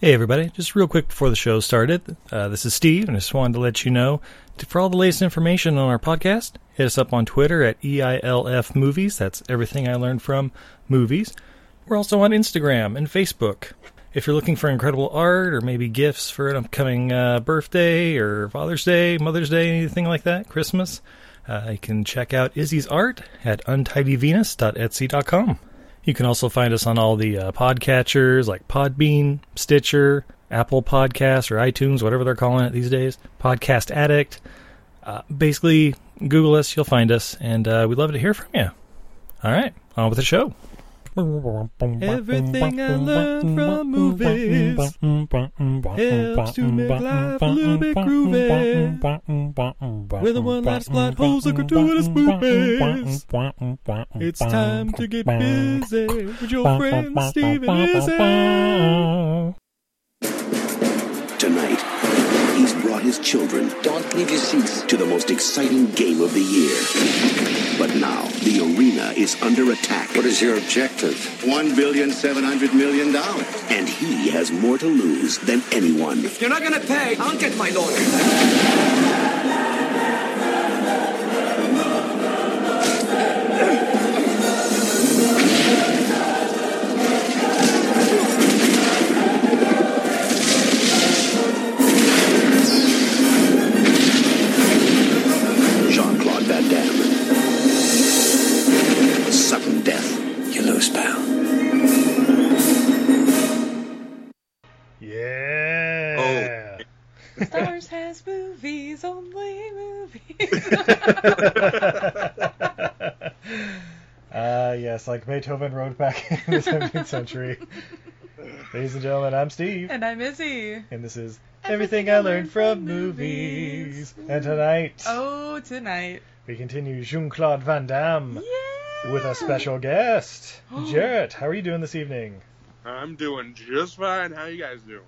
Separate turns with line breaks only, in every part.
Hey, everybody. Just real quick before the show started, uh, this is Steve, and I just wanted to let you know to- for all the latest information on our podcast, hit us up on Twitter at E EILF Movies. That's everything I learned from movies. We're also on Instagram and Facebook. If you're looking for incredible art or maybe gifts for an upcoming uh, birthday or Father's Day, Mother's Day, anything like that, Christmas, uh, you can check out Izzy's art at untidyvenus.etsy.com. You can also find us on all the uh, podcatchers like Podbean, Stitcher, Apple Podcasts, or iTunes, whatever they're calling it these days, Podcast Addict. Uh, basically, Google us, you'll find us, and uh, we'd love to hear from you. All right, on with the show.
Everything I learned from movies helps to make life a little bit groovy. With a one last plot holes and gratuitous movies. It's time to get busy
with
your friend Steven Izzy.
Tonight, he's brought his children
Don't leave your seats.
to the most exciting game of the year. But now, the arena is under attack.
What is your objective?
One billion seven hundred million dollars.
And he has more to lose than anyone.
You're not gonna pay. I'll get my lawyer.
Jean Claude Van Damme. Sudden death. You lose, pal.
Yeah.
Stars has movies, only movies.
Uh, yes, like Beethoven wrote back in the 17th century. Ladies and gentlemen, I'm Steve,
and I'm Izzy.
and this is Everything I Learned from Movies. And tonight,
Oh, tonight.
we continue Jean Claude Van Damme
Yeah.
with a special guest. Jarrett, how are you doing this evening?
I'm doing just fine. How you guys doing?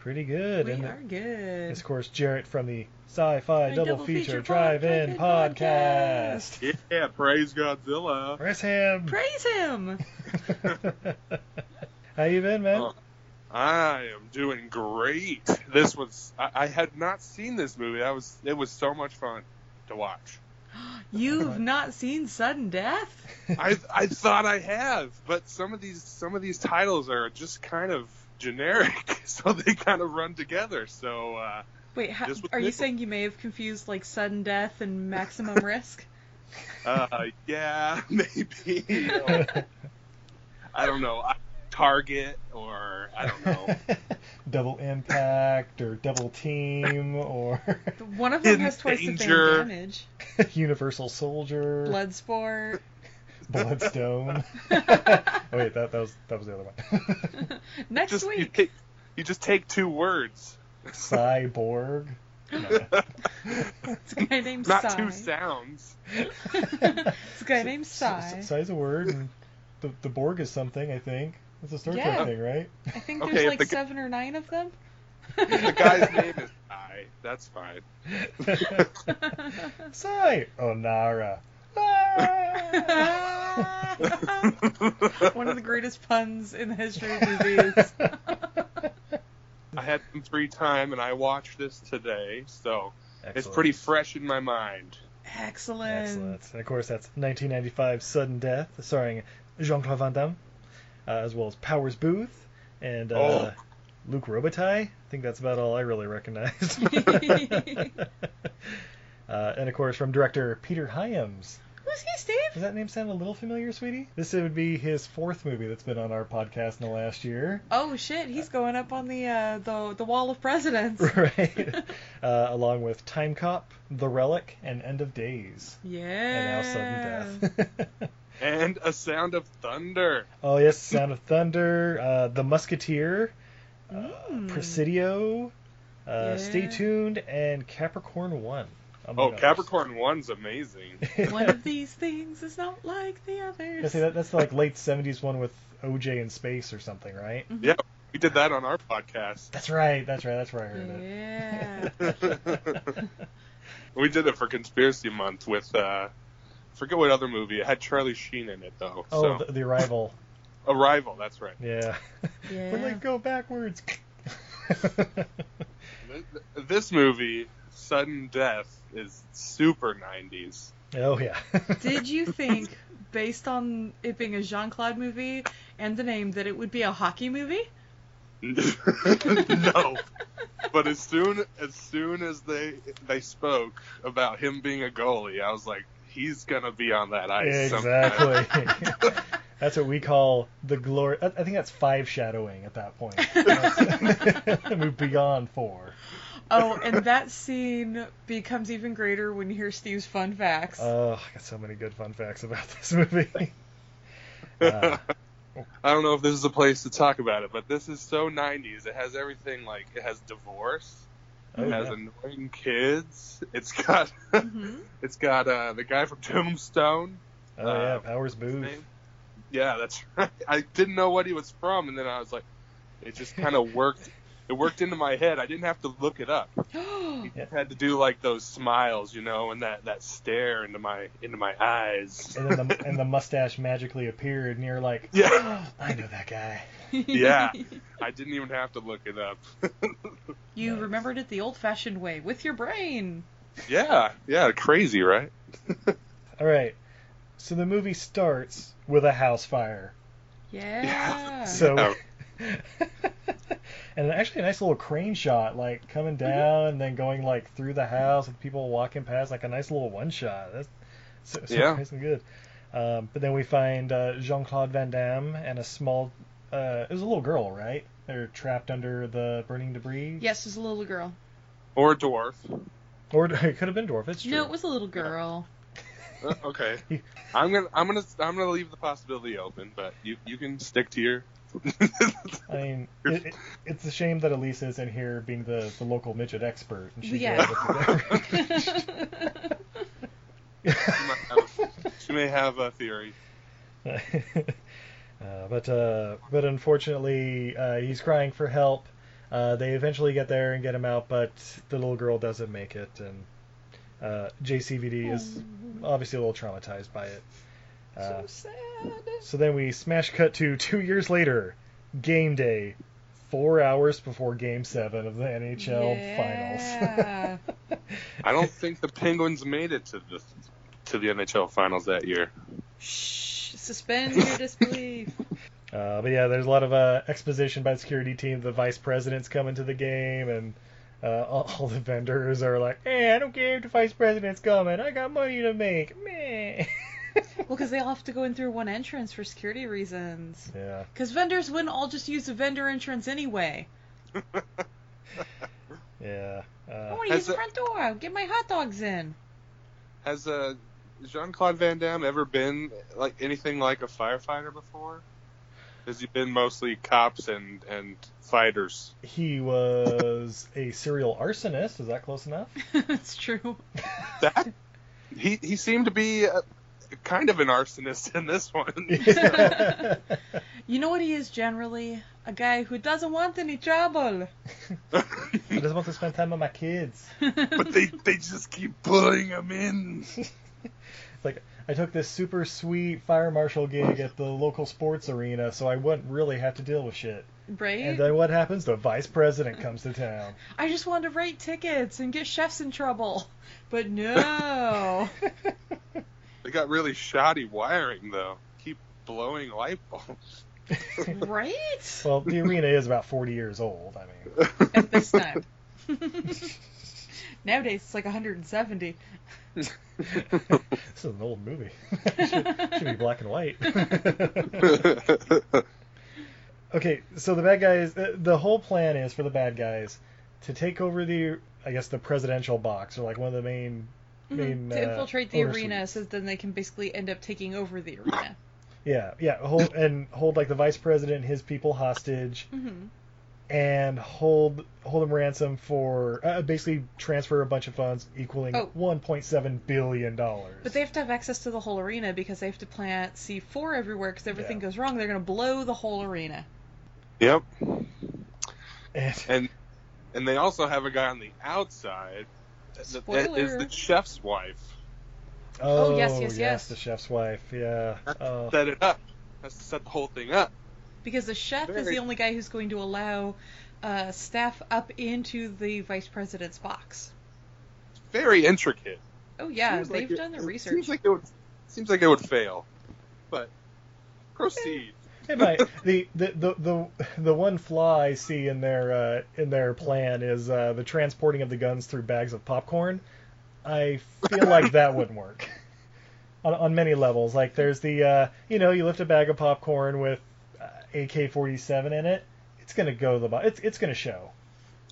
Pretty good.
We
and
are good.
it's, of course, Jarrett from the Sci Fi
My
Double,
Double
Feature,
Feature
Drive In
Pod-
Podcast.
Yeah, praise Godzilla.
Where's him?
Praise him.
how you been, man?
Oh, I am doing great. This was I, I had not seen this movie. I was it was so much fun to watch.
You've not seen sudden death?
I I thought I have, but some of these some of these titles are just kind of generic, so they kind of run together. So uh,
Wait, how,
This was
are you
Nickel.
saying you may have confused like sudden death and maximum risk?
uh, yeah, maybe. Or, I don't know. I, Target or I don't know.
Double impact or double team or
One of them
In
has twice the
danger.
fan damage.
universal soldier.
Bloodsport.
Bloodstone. oh wait, that, that was that was the other one.
Next
Just you
week.
take, you just take two words.
Cyborg.
It's a guy named
Not
Sai.
two sounds.
It's a guy named Sai.
Size a word. And the the Borg is something. I think it's a Star
Yeah.
Trek thing, right?
I think
Okay,
there's
if
like
the g-
seven or nine of them.
The guy's name is I. That's fine.
Sai Onara. Ah.
One of the greatest puns in the history of movies.
I had some free time and I watched this today, so it's pretty fresh in my mind.
Excellent.
Excellent. And of course, that's 1995 Sudden Death, starring Jean Claude Van Damme, uh, as well as Powers Booth and uh,
Oh.
Luke Robitaille. I think that's about all I really recognized. uh, and of course, from director Peter Hyams.
Who's he,
Does
Steve?
that name sound a little familiar, sweetie? This would be his fourth movie that's been on our podcast in the last year.
Oh shit, he's going up on the uh, the the wall of presidents.
right? uh, along with Time Cop, The Relic, and End of Days. And now
Yeah.
Sudden Death.
And a sound of thunder.
oh, yes, Sound of Thunder, uh, The Musketeer, uh,
Mm.
Presidio, uh, Stay
Yeah.
Tuned, and Capricorn 1. among
Oh,
others.
Capricorn One's amazing.
One of these things is not like the
I
others.
say that, that's the, like late 70s one with OJ in space or something, right?
Mm.
yeah, we did that on our podcast.
That's right, that's right, that's where I heard it.
Yeah.
We did it for Conspiracy Month with uh, forget what other movie. It had Charlie Sheen in it though.
Oh,
so
the, the Arrival.
Arrival. That's right.
Yeah.
yeah.
But like go backwards.
Th- th- This movie, Sudden Death, is super 90s.
oh yeah.
Did you think, based on it being a Jean Claude movie and the name, that it would be a hockey movie?
no, but as soon as soon as they they spoke about him being a goalie, I was like, he's gonna be on that ice. sometime.
Exactly. that's what we call the glory. I I think that's five shadowing at that point. That's- We've beyond four.
Oh, and that scene becomes even greater when you hear Steve's fun facts.
Oh, I got so many good fun facts about this movie.
I don't know if this is the place to talk about it, but this is so 90s. It has everything like it has divorce,
Oh,
it has
yeah.
annoying kids. It's got it's got uh, the guy from Tombstone.
Oh yeah, Powers Booth.
name? Yeah, that's right. I didn't know what he was from, and then I was like, it just kind of worked. It worked into my head. I didn't have to look it up. He
Yeah.
had to do like those smiles, you know, and that, that stare into my into my eyes.
And then the, and the mustache magically appeared, and you're like,
yeah,
I know that guy.
yeah. I didn't even have to look it up.
You remembered it the old fashioned way, with your brain.
yeah, yeah, crazy, right?
All right. So the movie starts with a house fire.
Yeah.
So,
Yeah.
and actually a nice little crane shot, like coming down and then going like through the house with people walking past, like a nice little one shot. That's so, so
Yeah.
nice and good. Um, but then we find uh, Jean Claude Van Damme and a small, uh, it was a little girl, right? They're trapped under the burning debris.
yes, it was a little girl.
Or a dwarf.
Or it could have been dwarf. It's true.
No, it was a little girl.
Uh, okay, I'm gonna I'm gonna I'm gonna leave the possibility open, but you you can stick to your.
I mean, it, it, it's a shame that Elise is in here being the, the local midget expert. And she's
Yeah.
the one with the-
she, might have a, she may have a theory.
uh, but uh, but unfortunately, uh, he's crying for help. Uh, they eventually get there and get him out, but the little girl doesn't make it, and uh, JCVD is obviously a little traumatized by it. Uh,
so sad.
so then we smash cut to two years later, game day, four hours before Game Seven of the NHL Finals.
yeah.
I don't think the Penguins made it to the to the NHL finals that year.
Shh. Suspend your disbelief.
Uh, but yeah, there's a lot of uh, exposition by the security team. The vice president's coming to the game, and uh, all, all the vendors are like, "Hey, I don't care if the vice president's coming. I got money to make." Meh.
Well, because they all have to go in through one entrance for security reasons.
yeah.
Because vendors wouldn't all just use the vendor entrance anyway.
Yeah.
I
Uh,
want to use
Has
the
the-
front door. I'll Get my hot dogs in.
Has uh, Jean Claude Van Damme ever been like anything like a firefighter before? Has he been mostly cops and and fighters?
he was a serial arsonist. Is that close enough?
That's true.
That he he seemed to be uh kind of an arsonist in this one.
You know what he is generally? A guy who doesn't want any trouble.
I just want to spend time with my kids.
but they they just keep pulling him in.
It's like I took this super sweet fire marshal gig at the local sports arena, so I wouldn't really have to deal with shit.
Right?
And then what happens? The vice president comes to town.
I just want to rate tickets and get chefs in trouble. But no.
They got really shoddy wiring though. Keep blowing light bulbs.
right?
Well, the arena is about 40 years old. I mean,
At this time. Nowadays, it's like 170.
this is an old movie. should, should be black and white. okay, so the bad guys, uh, the whole plan is for the bad guys to take over the, I guess, the presidential box or like one of the main. main
Mm-hmm. to
uh,
infiltrate the
owner
arena
suites.
so then they can basically end up taking over the arena.
Yeah, yeah, hold and hold like the vice president and his people hostage,
Mm-hmm.
and hold hold them ransom for uh, basically transfer a bunch of funds equaling
Oh.
1.7 billion dollars.
But they have to have access to the whole arena because they have to plant C4 everywhere because everything
Yeah.
goes wrong. They're going to blow the whole arena.
Yep.
And-
and and they also have a guy on the outside that- that is
Spoiler.
the chef's wife.
Oh,
Oh, yes, yes, yes.
The chef's wife, yeah.
Uh.
Oh,
Set it up. Has to set the whole thing up.
Because the chef is
Very-
the only guy who's going to allow uh, staff up into the vice president's box.
Very intricate.
Oh yeah,
Seems like
they've
it-
done the
it
research.
Seems like it would. Seems like it would fail, but proceed.
It might. The, the the the the one flaw I see in their uh, in their plan is uh, the transporting of the guns through bags of popcorn. I feel like that wouldn't work on, on many levels. Like there's the uh, you know you lift a bag of popcorn with uh, AK-47 in it, it's gonna go to the bo- it's it's gonna show.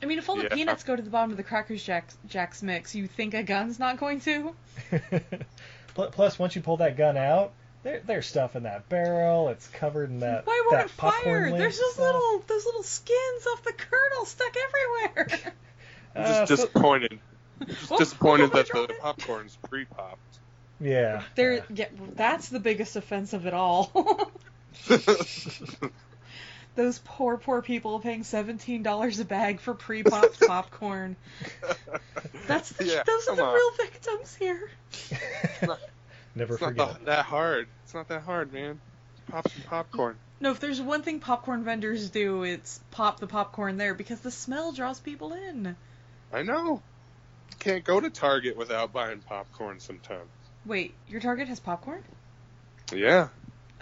I mean, if all the
Yeah.
peanuts go to the bottom of the Cracker Jacks, Jacks mix, you think a gun's not going to?
Pl- Plus, once you pull that gun out, there, there's stuff in that barrel. It's covered in that.
Why won't
that
it
popcorn
fire?
lid
There's just
stuff.
little, there's little skins off the kernel stuck everywhere.
I'm
Uh,
just
so-
disappointed.
Oh,
disappointed
I
that the
dropped it.
popcorn's pre-popped.
yeah.
There,
yeah.
yeah, that's the biggest offense of it all. Those poor, poor people paying seventeen dollars a bag for pre-popped popcorn. That's the,
Yeah,
those are
come
the
on.
real victims here.
Never
It's not
forget.
the, that hard. It's not that hard, man. Pop some popcorn.
No, if there's one thing popcorn vendors do, it's pop the popcorn there because the smell draws people in.
I know. You can't go to Target without buying popcorn sometimes.
Wait, your Target has popcorn?
Yeah.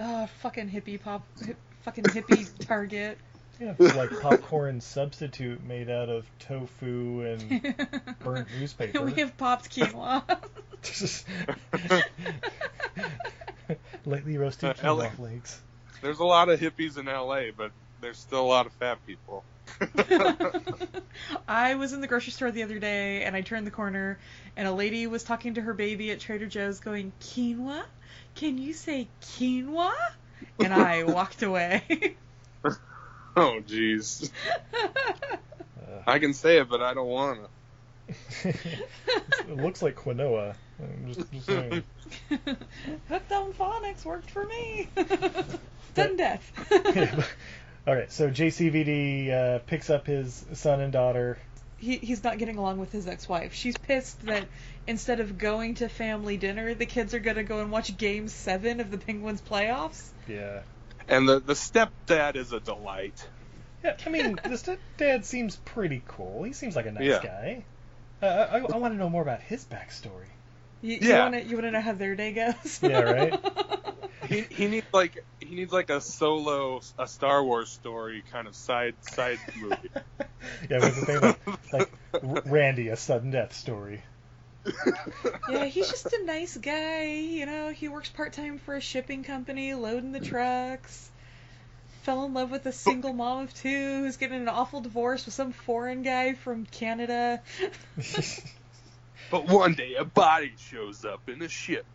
Oh, fucking hippie pop, hip, fucking hippie Target.
Yeah, it's like popcorn substitute made out of tofu and burnt newspaper.
we have popped quinoa.
Lightly roasted
Uh, Ellie.
quinoa flakes.
There's a lot of hippies in LA, but there's still a lot of fat people.
I was in the grocery store the other day and I turned the corner and a lady was talking to her baby at Trader Joe's going, Quinoa? Can you say quinoa? And I walked away.
Oh, jeez. I can say it, but I don't wanna.
It looks like quinoa. I'm just, just saying.
Hooked on phonics worked for me. Done death.
All right, so JCVD uh, picks up his son and daughter.
he, he's not getting along with his ex-wife. She's pissed that instead of going to family dinner, the kids are gonna go and watch Game Seven of the Penguins playoffs.
Yeah.
And the the stepdad is a delight.
Yeah, I mean, this dad seems pretty cool. He seems like a nice
Yeah.
guy. Uh, I, I want to know more about his backstory.
You, you
Yeah.
wanna you wanna know how their day goes?
Yeah, right?
He, he needs like he needs like a solo a Star Wars story kind of side side movie.
Yeah, with the thing like, like R- Randy, a sudden death story.
yeah, he's just a nice guy. You know, he works part time for a shipping company, loading the trucks. Fell in love with a single mom of two who's getting an awful divorce with some foreign guy from Canada.
But one day a body shows up in a shipment.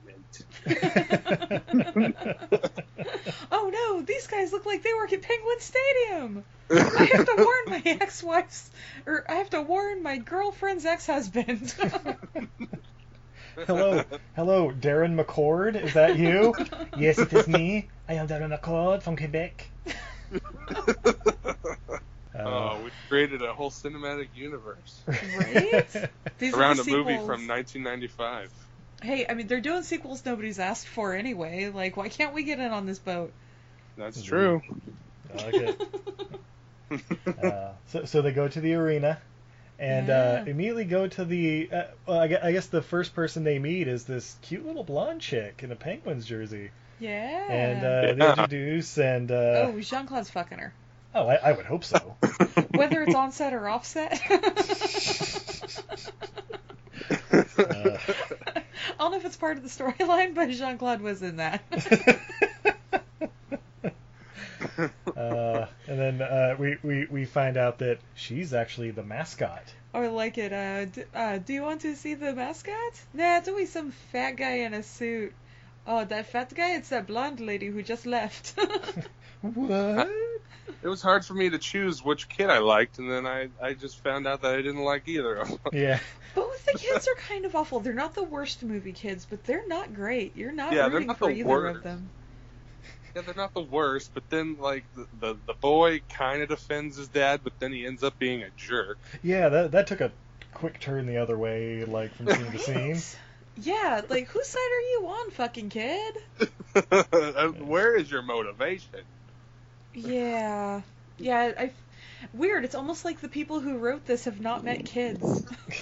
Oh no, these guys look like they work at Penguin Stadium. I have to warn my ex-wife's, or I have to warn my girlfriend's ex-husband.
Hello, hello, Darren McCord. Is that you? yes, it is me. I am Darren McCord from Quebec.
Oh, we created a whole cinematic universe
right? These are
around
the
a movie
sequels.
from 1995.
Hey, I mean, they're doing sequels nobody's asked for anyway. Like, why can't we get in on this boat?
That's true.
I like it. Uh, so, so they go to the arena and uh,
Yeah.
immediately go to the. Uh, well, I, gue- I guess the first person they meet is this cute little blonde chick in a Penguins jersey.
Yeah.
And uh, they
Yeah.
introduce, and. Uh,
oh, Jean Claude's fucking her.
oh, I, I would hope so.
Whether it's on set or off set.
Uh,
I don't know if it's part of the storyline, but Jean Claude was in that.
uh, and then uh, we, we, we find out that she's actually the mascot.
or like it, uh, d- uh, do you want to see the mascot? Nah, it's always some fat guy in a suit. Oh, that fat guy? It's that blonde lady who just left.
What?
It was hard for me to choose which kid I liked, and then I, I just found out that I didn't like either of them.
Yeah.
Both the kids are kind of awful. They're not the worst movie kids, but they're not great. You're not
Yeah, they're
rooting
not
for
the
either of
worst.
them.
Yeah, they're not the worst, but then like the the, the boy kind of defends his dad, but then he ends up being a jerk.
Yeah, that, that took a quick turn the other way, like from scene to scene.
Yeah, like whose side are you on, fucking kid?
Uh, Where is your motivation?
Yeah, yeah. I, Weird. It's almost like the people who wrote this have not met kids.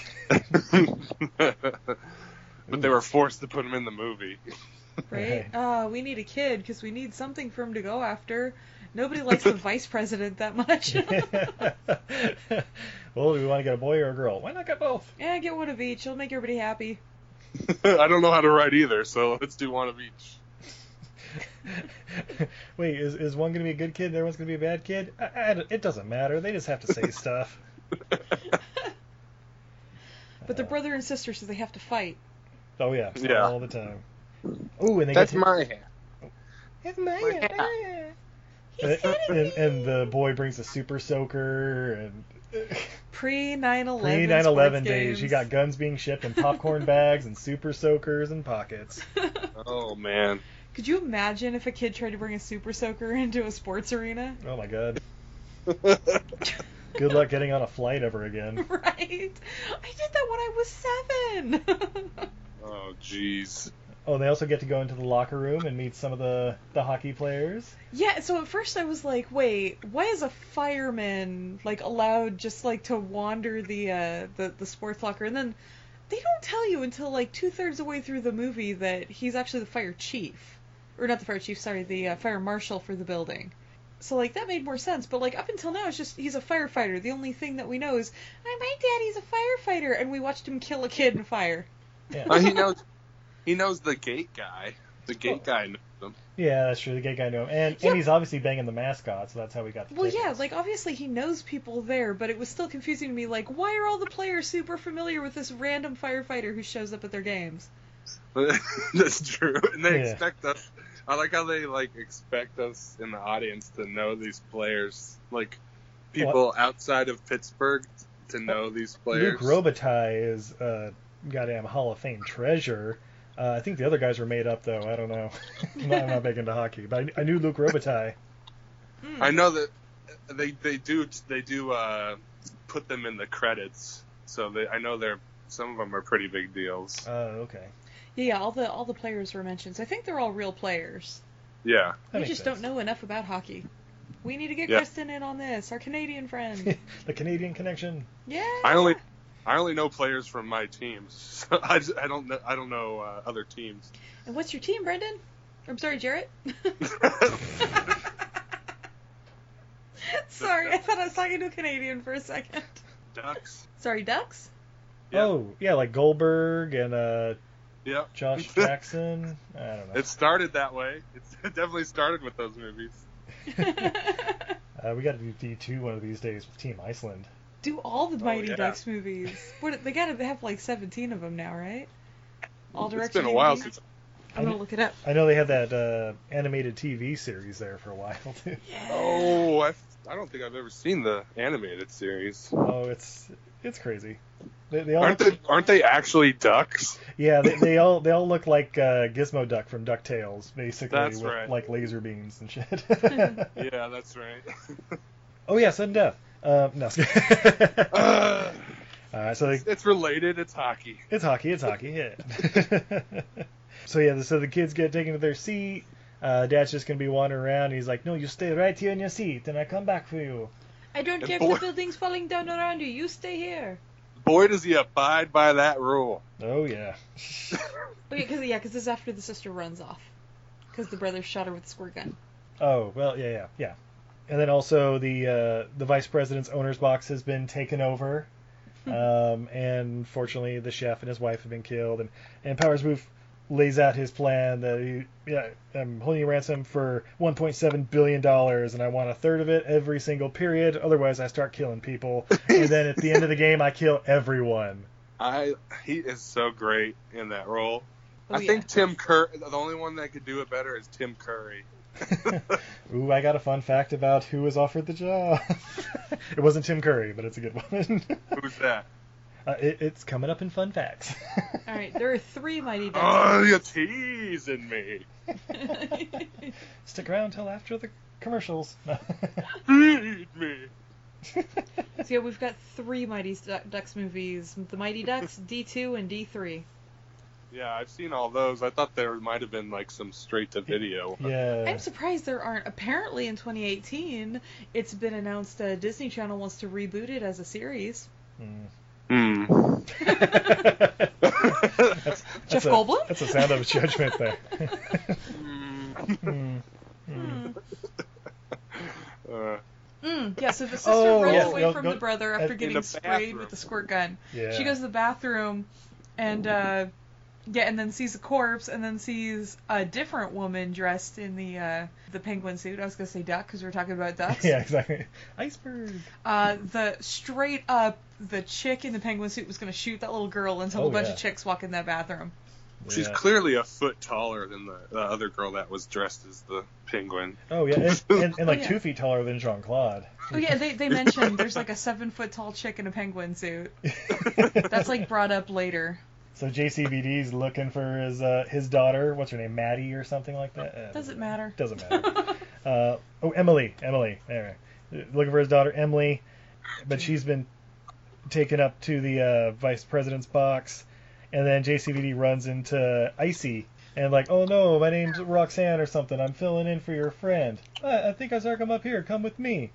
but they were forced to put him in the movie.
Right? Uh, we need a kid because we need something for him to go after. Nobody likes the vice president that much.
well, do we want to get a boy or a girl? Why not get both?
yeah, get one of each. It'll make everybody happy.
I don't know how to write either, so let's do one of each.
Wait, is, is one going to be a good kid and everyone's going to be a bad kid? I, I don't- it doesn't matter. They just have to say stuff.
But
Uh.
they're brother and sister, so they have to fight.
Oh, yeah.
Yeah.
All the time. Ooh, and they
That's
get to-
my hair.
That's my hair.
He's
and,
hitting
and,
me.
and the boy brings a super soaker and
Pre 9 11.
pre 9 11 days. You got guns being shipped in popcorn bags and super soakers and pockets.
Oh man,
Could you imagine if a kid tried to bring a super soaker into a sports arena?
Oh, my God.
Oh,
Good luck getting on a flight ever again.
Right? I did that when I was seven.
oh jeez.
Oh, they also get to go into the locker room and meet some of the, the hockey players.
Yeah, so at first I was like, wait, why is a fireman like allowed just like to wander the uh the, the sports locker? And then they don't tell you until like two thirds of the way through the movie that he's actually the fire chief. Or not the fire chief, sorry, the uh, fire marshal for the building. So like that made more sense, but like up until now it's just he's a firefighter. The only thing that we know is "Hi, my daddy's a firefighter and we watched him kill a kid in fire.
Well, Uh, he knows. He knows the gate guy. The gate guy knows him.
Yeah, that's true. The gay guy knew him. And,
Yeah.
and he's obviously banging the mascot, so that's how we got the
Well,
tickets.
yeah, like obviously he knows people there, but it was still confusing to me. Like, why are all the players super familiar with this random firefighter who shows up at their games?
That's true. And they
Yeah.
expect us. I like how they like expect us in the audience to know these players, like people outside of Pittsburgh to know these players.
Luke Robitaille is a goddamn Hall of Fame treasure. Uh, I think the other guys were made up, though. I don't know. I'm, not, I'm not big into hockey, but I, I knew Luke Robitaille.
I know that they they do they do uh, put them in the credits, so they, I know they're some of them are pretty big deals.
Oh, okay.
Yeah, yeah, all the all the players were mentioned. So I think they're all real players.
Yeah,
we
That makes
just
sense.
don't know enough about hockey. We need to get
Yeah.
Kristen in on this, our Canadian friend.
The Canadian connection.
yeah.
I only I only know players from my teams. So I, just- I don't know I don't know uh, other teams.
And what's your team, Brendan? I'm sorry, Jarrett. sorry, I thought I was talking to a Canadian for a second.
Ducks.
Sorry, Ducks.
Yeah.
Oh, yeah, like Goldberg and uh,
Yep.
Josh Jackson. I don't know.
It started that way. It's, it definitely started with those movies.
Uh, we got to do D2 one of these days with Team Iceland.
do all the Mighty
Oh, yeah.
Ducks movies. What they gotta they have like seventeen of them now, right? All directed.
It's been a while
movies?
since.
I'm gonna look it up.
I know they had that uh, animated TV series there for a while, too.
Oh, I, I don't think I've ever seen the animated series.
Oh, it's it's crazy. They, they all
Aren't
look-
they? Aren't they actually ducks?
yeah, they, they all they all look like uh, Gizmo Duck from Ducktales, basically
That's
with
right.
like laser beams and shit.
Yeah, that's right.
oh yeah, sudden death. Um, no,
Ugh.
uh, so they,
it's related. It's hockey.
it's hockey. It's hockey. Yeah. so yeah, so the kids get taken to their seat. Uh, Dad's just gonna be wandering around. And he's like, "No, you stay right here in your seat, and I come back for you."
I don't
And
care if
boy-
the building's falling down around you. You stay here.
Boy, does he abide by that rule.
Oh yeah.
Okay, because yeah, because this is after the sister runs off, because the brother shot her with a squirt gun.
Oh well, yeah, yeah, yeah. And then also the uh, the vice president's owner's box has been taken over, um, and fortunately the chef and his wife have been killed. And and Powers Booth lays out his plan that he, yeah, I'm holding you ransom for 1.7 billion dollars, and I want a third of it every single period. Otherwise, I start killing people, and then at the end of the game, I kill everyone.
I he is so great in that role.
Oh,
I
yeah.
think Tim Curry. The only one that could do it better is Tim Curry.
Ooh, I got a fun fact about who was offered the job. it wasn't Tim Curry, but it's a good one.
Who's that?
Uh, it, it's coming up in fun facts.
All right, there are three Mighty Ducks.
Oh, you're teasing me.
Stick around till after the commercials.
Feed me.
so yeah, we've got three Mighty Du- Ducks movies: the Mighty Ducks D two and D three.
Yeah, I've seen all those. I thought there might have been like some straight to video.
Yeah.
I'm surprised there aren't. Apparently, in 2018, it's been announced uh, Disney Channel wants to reboot it as a series.
Mm.
Hmm.
that's, that's
Jeff
a-
Goldblum?
That's a sound of judgment there.
Hmm.
Mm.
uh,
Mm, yeah, so the sister
Oh,
runs
yes,
away
no,
from
no,
the brother after
in
getting
the
sprayed with
bathroom.
the squirt gun.
Yeah.
She goes to the bathroom and uh yeah, and then sees a corpse and then sees a different woman dressed in the uh the penguin suit. I was going to say duck cuz we were talking about ducks.
Yeah, exactly. Iceberg.
Uh the straight up the chick in the penguin suit was going to shoot that little girl until
Oh,
a bunch
yeah.
of chicks walk in that bathroom.
she's
Yeah.
clearly a foot taller than the, the other girl that was dressed as the penguin.
Oh yeah, and, and, and like
Yeah.
two feet taller than Jean Claude.
Oh yeah, they they mentioned there's like a 7 foot tall chick in a penguin suit. That's like brought up later.
So JCVD's looking for his uh, his daughter. What's her name? Maddie or something like that. Uh,
Doesn't matter.
Doesn't matter. uh, oh, Emily. Emily. Anyway, looking for his daughter Emily, but she's been taken up to the uh, vice president's box, and then JCVD runs into Icy and like, oh no, my name's Roxanne or something. I'm filling in for your friend. I, I think I saw her come up here. Come with me.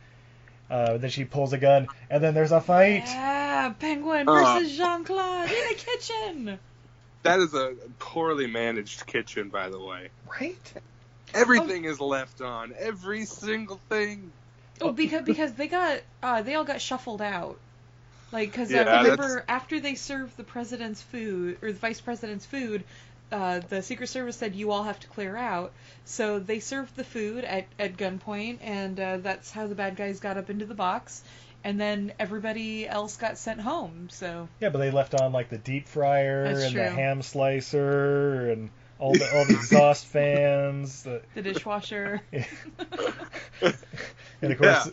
Uh, then she pulls a gun, and then there's a fight.
Yeah, penguin
Uh.
versus Jean Claude in a kitchen.
That is a poorly managed kitchen, by the way.
Right?
Everything is left on. Every single thing.
Oh, because because they got uh, they all got shuffled out. Like, because
Yeah,
I
that's-
remember after they served the president's food or the vice president's food, uh, the Secret Service said you all have to clear out. So they served the food at at gunpoint, and uh, that's how the bad guys got up into the box. And then everybody else got sent home. So
Yeah, but they left on like the deep fryer
That's
and the
true.
ham slicer and all the all the exhaust fans. The,
the dishwasher.
and of course,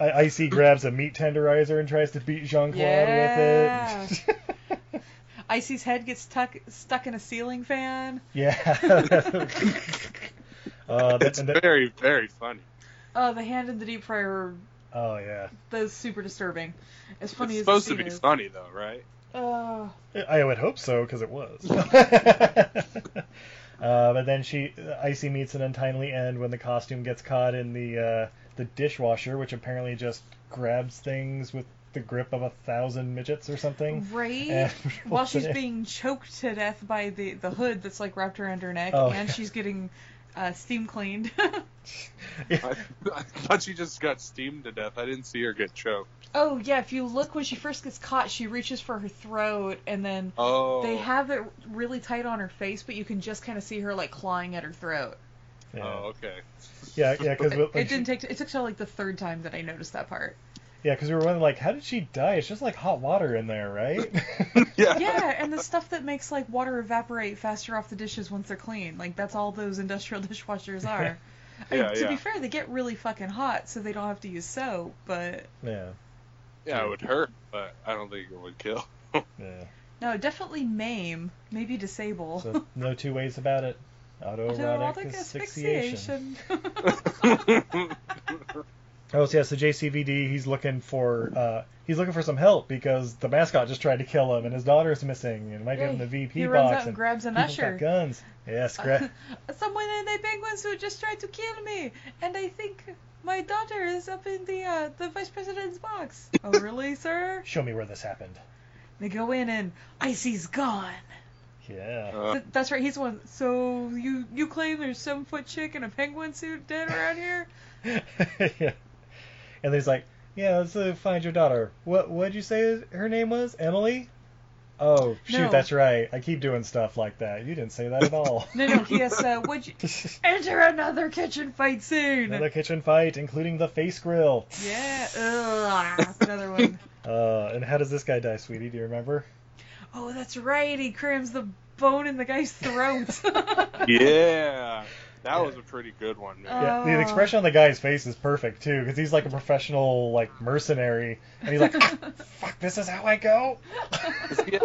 I Icy grabs a meat tenderizer and tries to beat Jean Claude with it.
Icy's head gets tuck, stuck in a ceiling fan.
yeah. uh, that,
It's
and that,
very, very funny.
Oh, the hand in the deep fryer
oh yeah.
That's super disturbing. As funny
It's
as
supposed
the
to
scene
be
is.
funny, though, right?
Oh,
I would hope so, because it was. uh, but then she, Icy meets an untimely end when the costume gets caught in the uh, the dishwasher, which apparently just grabs things with the grip of a thousand midgets or something.
right?
And-
While she's being choked to death by the the hood that's like wrapped around her neck,
Oh,
and
yeah.
she's getting uh, steam cleaned.
I, I thought she just got steamed to death. I didn't see her get choked.
oh yeah, if you look when she first gets caught, she reaches for her throat, and then
Oh.
they have it really tight on her face, but you can just kind of see her like clawing at her throat.
Yeah.
Oh, okay.
Yeah, yeah, because
It, it didn't take. It took till like the third time that I noticed that part.
yeah, because we were wondering like, how did she die? It's just like hot water in there, right?
Yeah.
Yeah, and the stuff that makes like water evaporate faster off the dishes once they're clean. Like that's all those industrial dishwashers are. I mean,
Yeah,
to
Oh, yeah.
be fair, they get really fucking hot, so they don't have to use soap. But
yeah,
Yeah, it would hurt, but I don't think it would kill.
yeah.
no, definitely maim, maybe disable.
So no two ways about it. Autoerotic
Autoerotic
asphyxiation.
asphyxiation.
Oh, so yeah. So JCVD, he's looking for uh, he's looking for some help because the mascot just tried to kill him, and his daughter's missing, and might be in the VP
he
box.
runs out and
and
grabs an
people
usher.
Got guns. Yes, gra-
Someone in a penguin suit just tried to kill me, and I think my daughter is up in the uh, the vice president's box. oh really, sir?
show me where this happened.
They go in and Icy's gone.
Yeah.
Uh,
Th- That's right. He's the one. So you you claim there's seven foot chick in a penguin suit dead around here?
yeah. And he's like, yeah, let's uh, find your daughter. What what'd you say her name was? Emily. Oh shoot,
No.
that's right. I keep doing stuff like that. You didn't say that at all.
No, no. He has. Uh, would you enter another kitchen fight soon?
Another kitchen fight, including the face grill.
Yeah. Ugh, that's another one.
Uh, and how does this guy die, sweetie? Do you remember?
Oh, that's right. He crams the bone in the guy's throat.
yeah. That was a pretty good one, man.
Yeah, the
Oh.
expression on the guy's face is perfect too, because he's like a professional like mercenary, and he's like, "Fuck, this is how I go."
Yeah.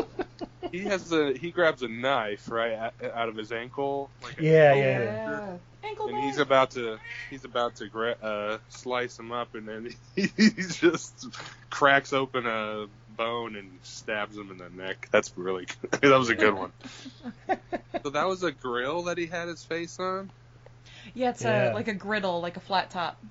He has a he grabs a knife right out- out of his ankle. Like a-
Yeah, yeah, yeah.
yeah. Ankle
And he's
bone.
about to he's about to gra- uh, slice him up, and then he, he just cracks open a bone and stabs him in the neck. That's really good. that was a good one. so that was a grill that he had his face on.
Yeah, it's
Yeah.
a like a griddle, like a flat top.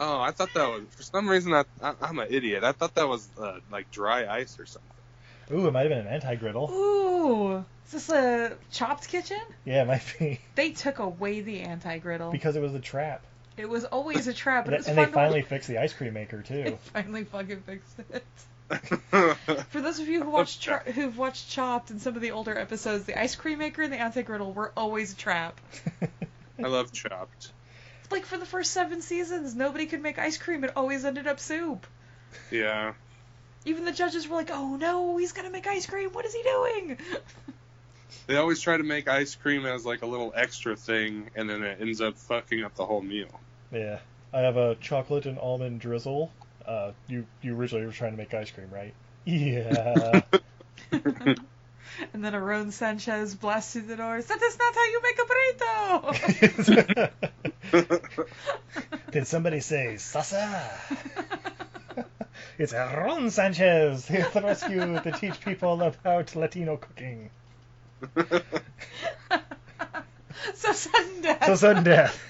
Oh, I thought that was for some reason. I, I I'm an idiot. I thought that was uh, like dry ice or something.
Ooh, it might have been an anti-griddle.
Ooh, is this a chopped kitchen?
Yeah, it might be
They took away the anti-griddle.
because it was a trap.
It was always a trap, but it was
And, and
fun
they
to
finally
watch.
fixed the ice cream maker
They
too.
finally fucking fixed it.
I
For those of you who watched Char- who've watched Chopped and some of the older episodes, the ice cream maker and the anti-griddle were always a trap.
love Chopped.
Like for the first seven seasons, nobody could make ice cream; it always ended up soup.
Yeah.
Even the judges were like, "Oh no, he's gonna make ice cream! What is he doing?"
They always try to make ice cream as like a little extra thing, and then it ends up fucking up the whole meal.
Yeah, I have a chocolate and almond drizzle. Uh, you you originally were trying to make ice cream, right? Yeah.
And then Aron Sanchez blasts through the doors. That is not how you make a burrito.
Did somebody say Sasa? it's Aaron Sanchez here at the rescue to teach people about Latino cooking.
so sudden death.
So sudden death.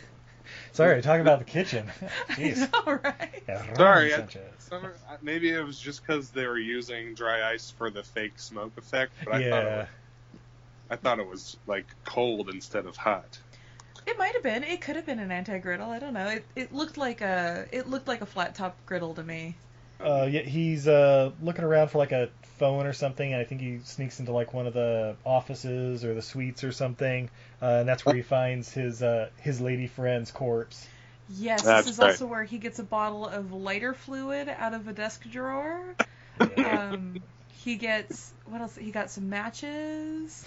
Sorry, talking about the kitchen. Jeez.
All right.
Aaron
Sorry, I,
Sanchez.
summer, I- maybe it was just because they were using dry ice for the fake smoke effect, but I, thought it
yeah.
was, I thought it was like cold instead of hot.
It might have been. It could have been an anti-griddle. I don't know. It, it looked like a it looked like a flat top griddle to me.
Uh, yeah, he's uh, looking around for like a phone or something, and I think he sneaks into like one of the offices or the suites or something, uh, and that's where he finds his uh, his lady friend's corpse.
Yes,
That's
this is
right.
also where he gets a bottle of lighter fluid out of a desk drawer. um, he gets what else? He got some matches.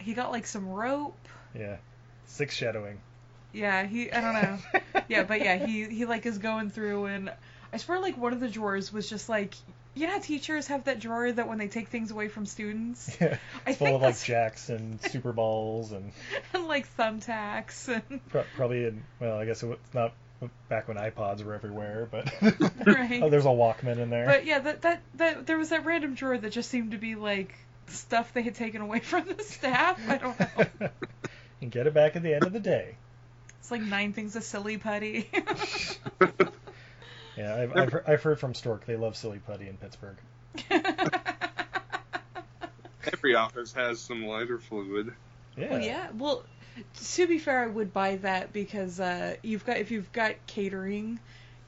He got like some rope.
Yeah, six shadowing.
Yeah, he I don't know. yeah, but yeah, he he like is going through and I swear like one of the drawers was just like you know how teachers have that drawer that when they take things away from students
Yeah,
I
it's full
think
of like
that's-
jacks and super balls and
and like thumbtacks and
pro- probably in, well, I guess it was not back when iPods were everywhere, but
right.
oh, there's a Walkman in there.
But yeah, that, that that there was that random drawer that just seemed to be like stuff they had taken away from the staff. I don't know.
and get it back at the end of the day.
It's like nine things a silly putty.
Yeah, I've, I've, he- I've heard from Stork. They love silly putty in Pittsburgh.
Every office has some lighter fluid.
Yeah.
Well, yeah. Well, to be fair, I would buy that because uh, you've got if you've got catering,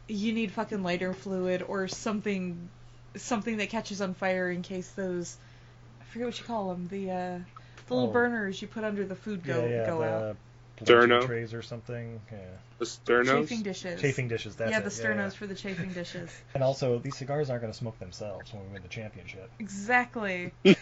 you need fucking lighter fluid or something, something that catches on fire in case those, I forget what you call them, the uh, the little
Oh.
burners you put under the food go
yeah, yeah,
go
the
out.
luncheon
Durno.
trays or something. Yeah.
The sternos.
Chafing dishes.
Chafing dishes. That's
yeah,
it.
the sternos
yeah.
for the chafing dishes.
And also, these cigars aren't going to smoke themselves when we win the championship.
Exactly.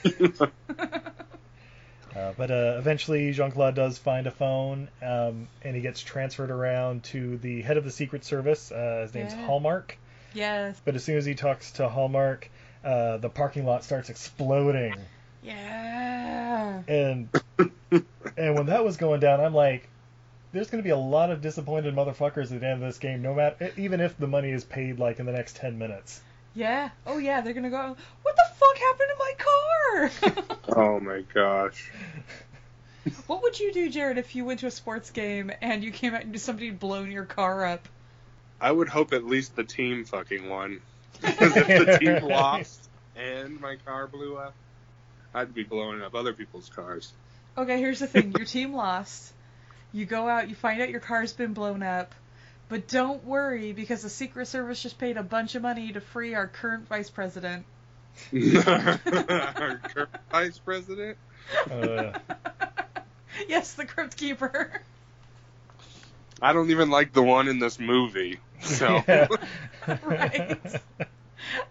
Uh, but uh, eventually, Jean Claude does find a phone, um, and he gets transferred around to the head of the Secret Service. Uh, his name's
Yeah.
Hallmark.
Yes.
But as soon as he talks to Hallmark, uh, the parking lot starts exploding.
Yeah.
And and when that was going down, I'm like, there's going to be a lot of disappointed motherfuckers at the end of this game, no matter e, even if the money is paid like in the next ten minutes.
Yeah. Oh yeah, they're gonna go. What the fuck happened to my car?
Oh my gosh.
What would you do, Jared, if you went to a sports game and you came out and somebody had blown your car up?
I would hope at least the team fucking won. Because if the team lost and my car blew up, I'd be blowing up other people's cars.
Okay, here's the thing. Your team lost. You go out, you find out your car's been blown up. But don't worry because the Secret Service just paid a bunch of money to free our current vice president.
Our current vice president?
Uh,
Yes, the crypt keeper.
I don't even like the one in this movie. So
yeah.
right.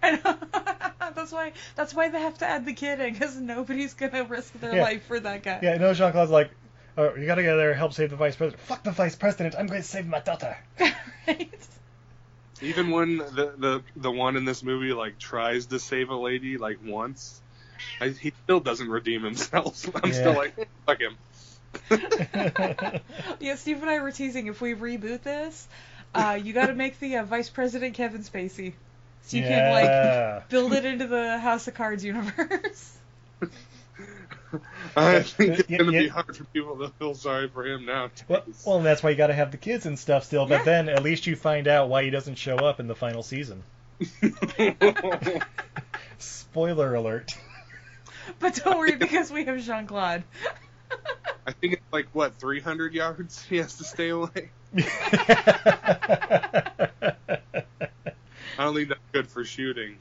I know. that's why that's why they have to add the kid in because nobody's gonna risk their
Yeah.
life for that guy.
Yeah, no, Jean Claude's like, oh, you gotta go there and help save the vice president. Fuck the vice president, I'm going to save my daughter.
Right?
even when the, the the one in this movie like tries to save a lady like once, I, he still doesn't redeem himself. I'm still
Yeah.
like "Eh, fuck him.
Yeah, Steve and I were teasing if we reboot this, uh, you got to make the uh, Vice President Kevin Spacey. So you can like
yeah.
build it into the House of Cards universe.
I think it's
Yeah,
going to
yeah.
be hard for people to feel sorry for him now.
Well, well, and that's why you got to have the kids and stuff still. But
Yeah.
then at least you find out why he doesn't show up in the final season. Spoiler alert.
but don't worry because we have Jean Claude.
I think it's like what 300 yards he has to stay away. I don't think that's good for shooting.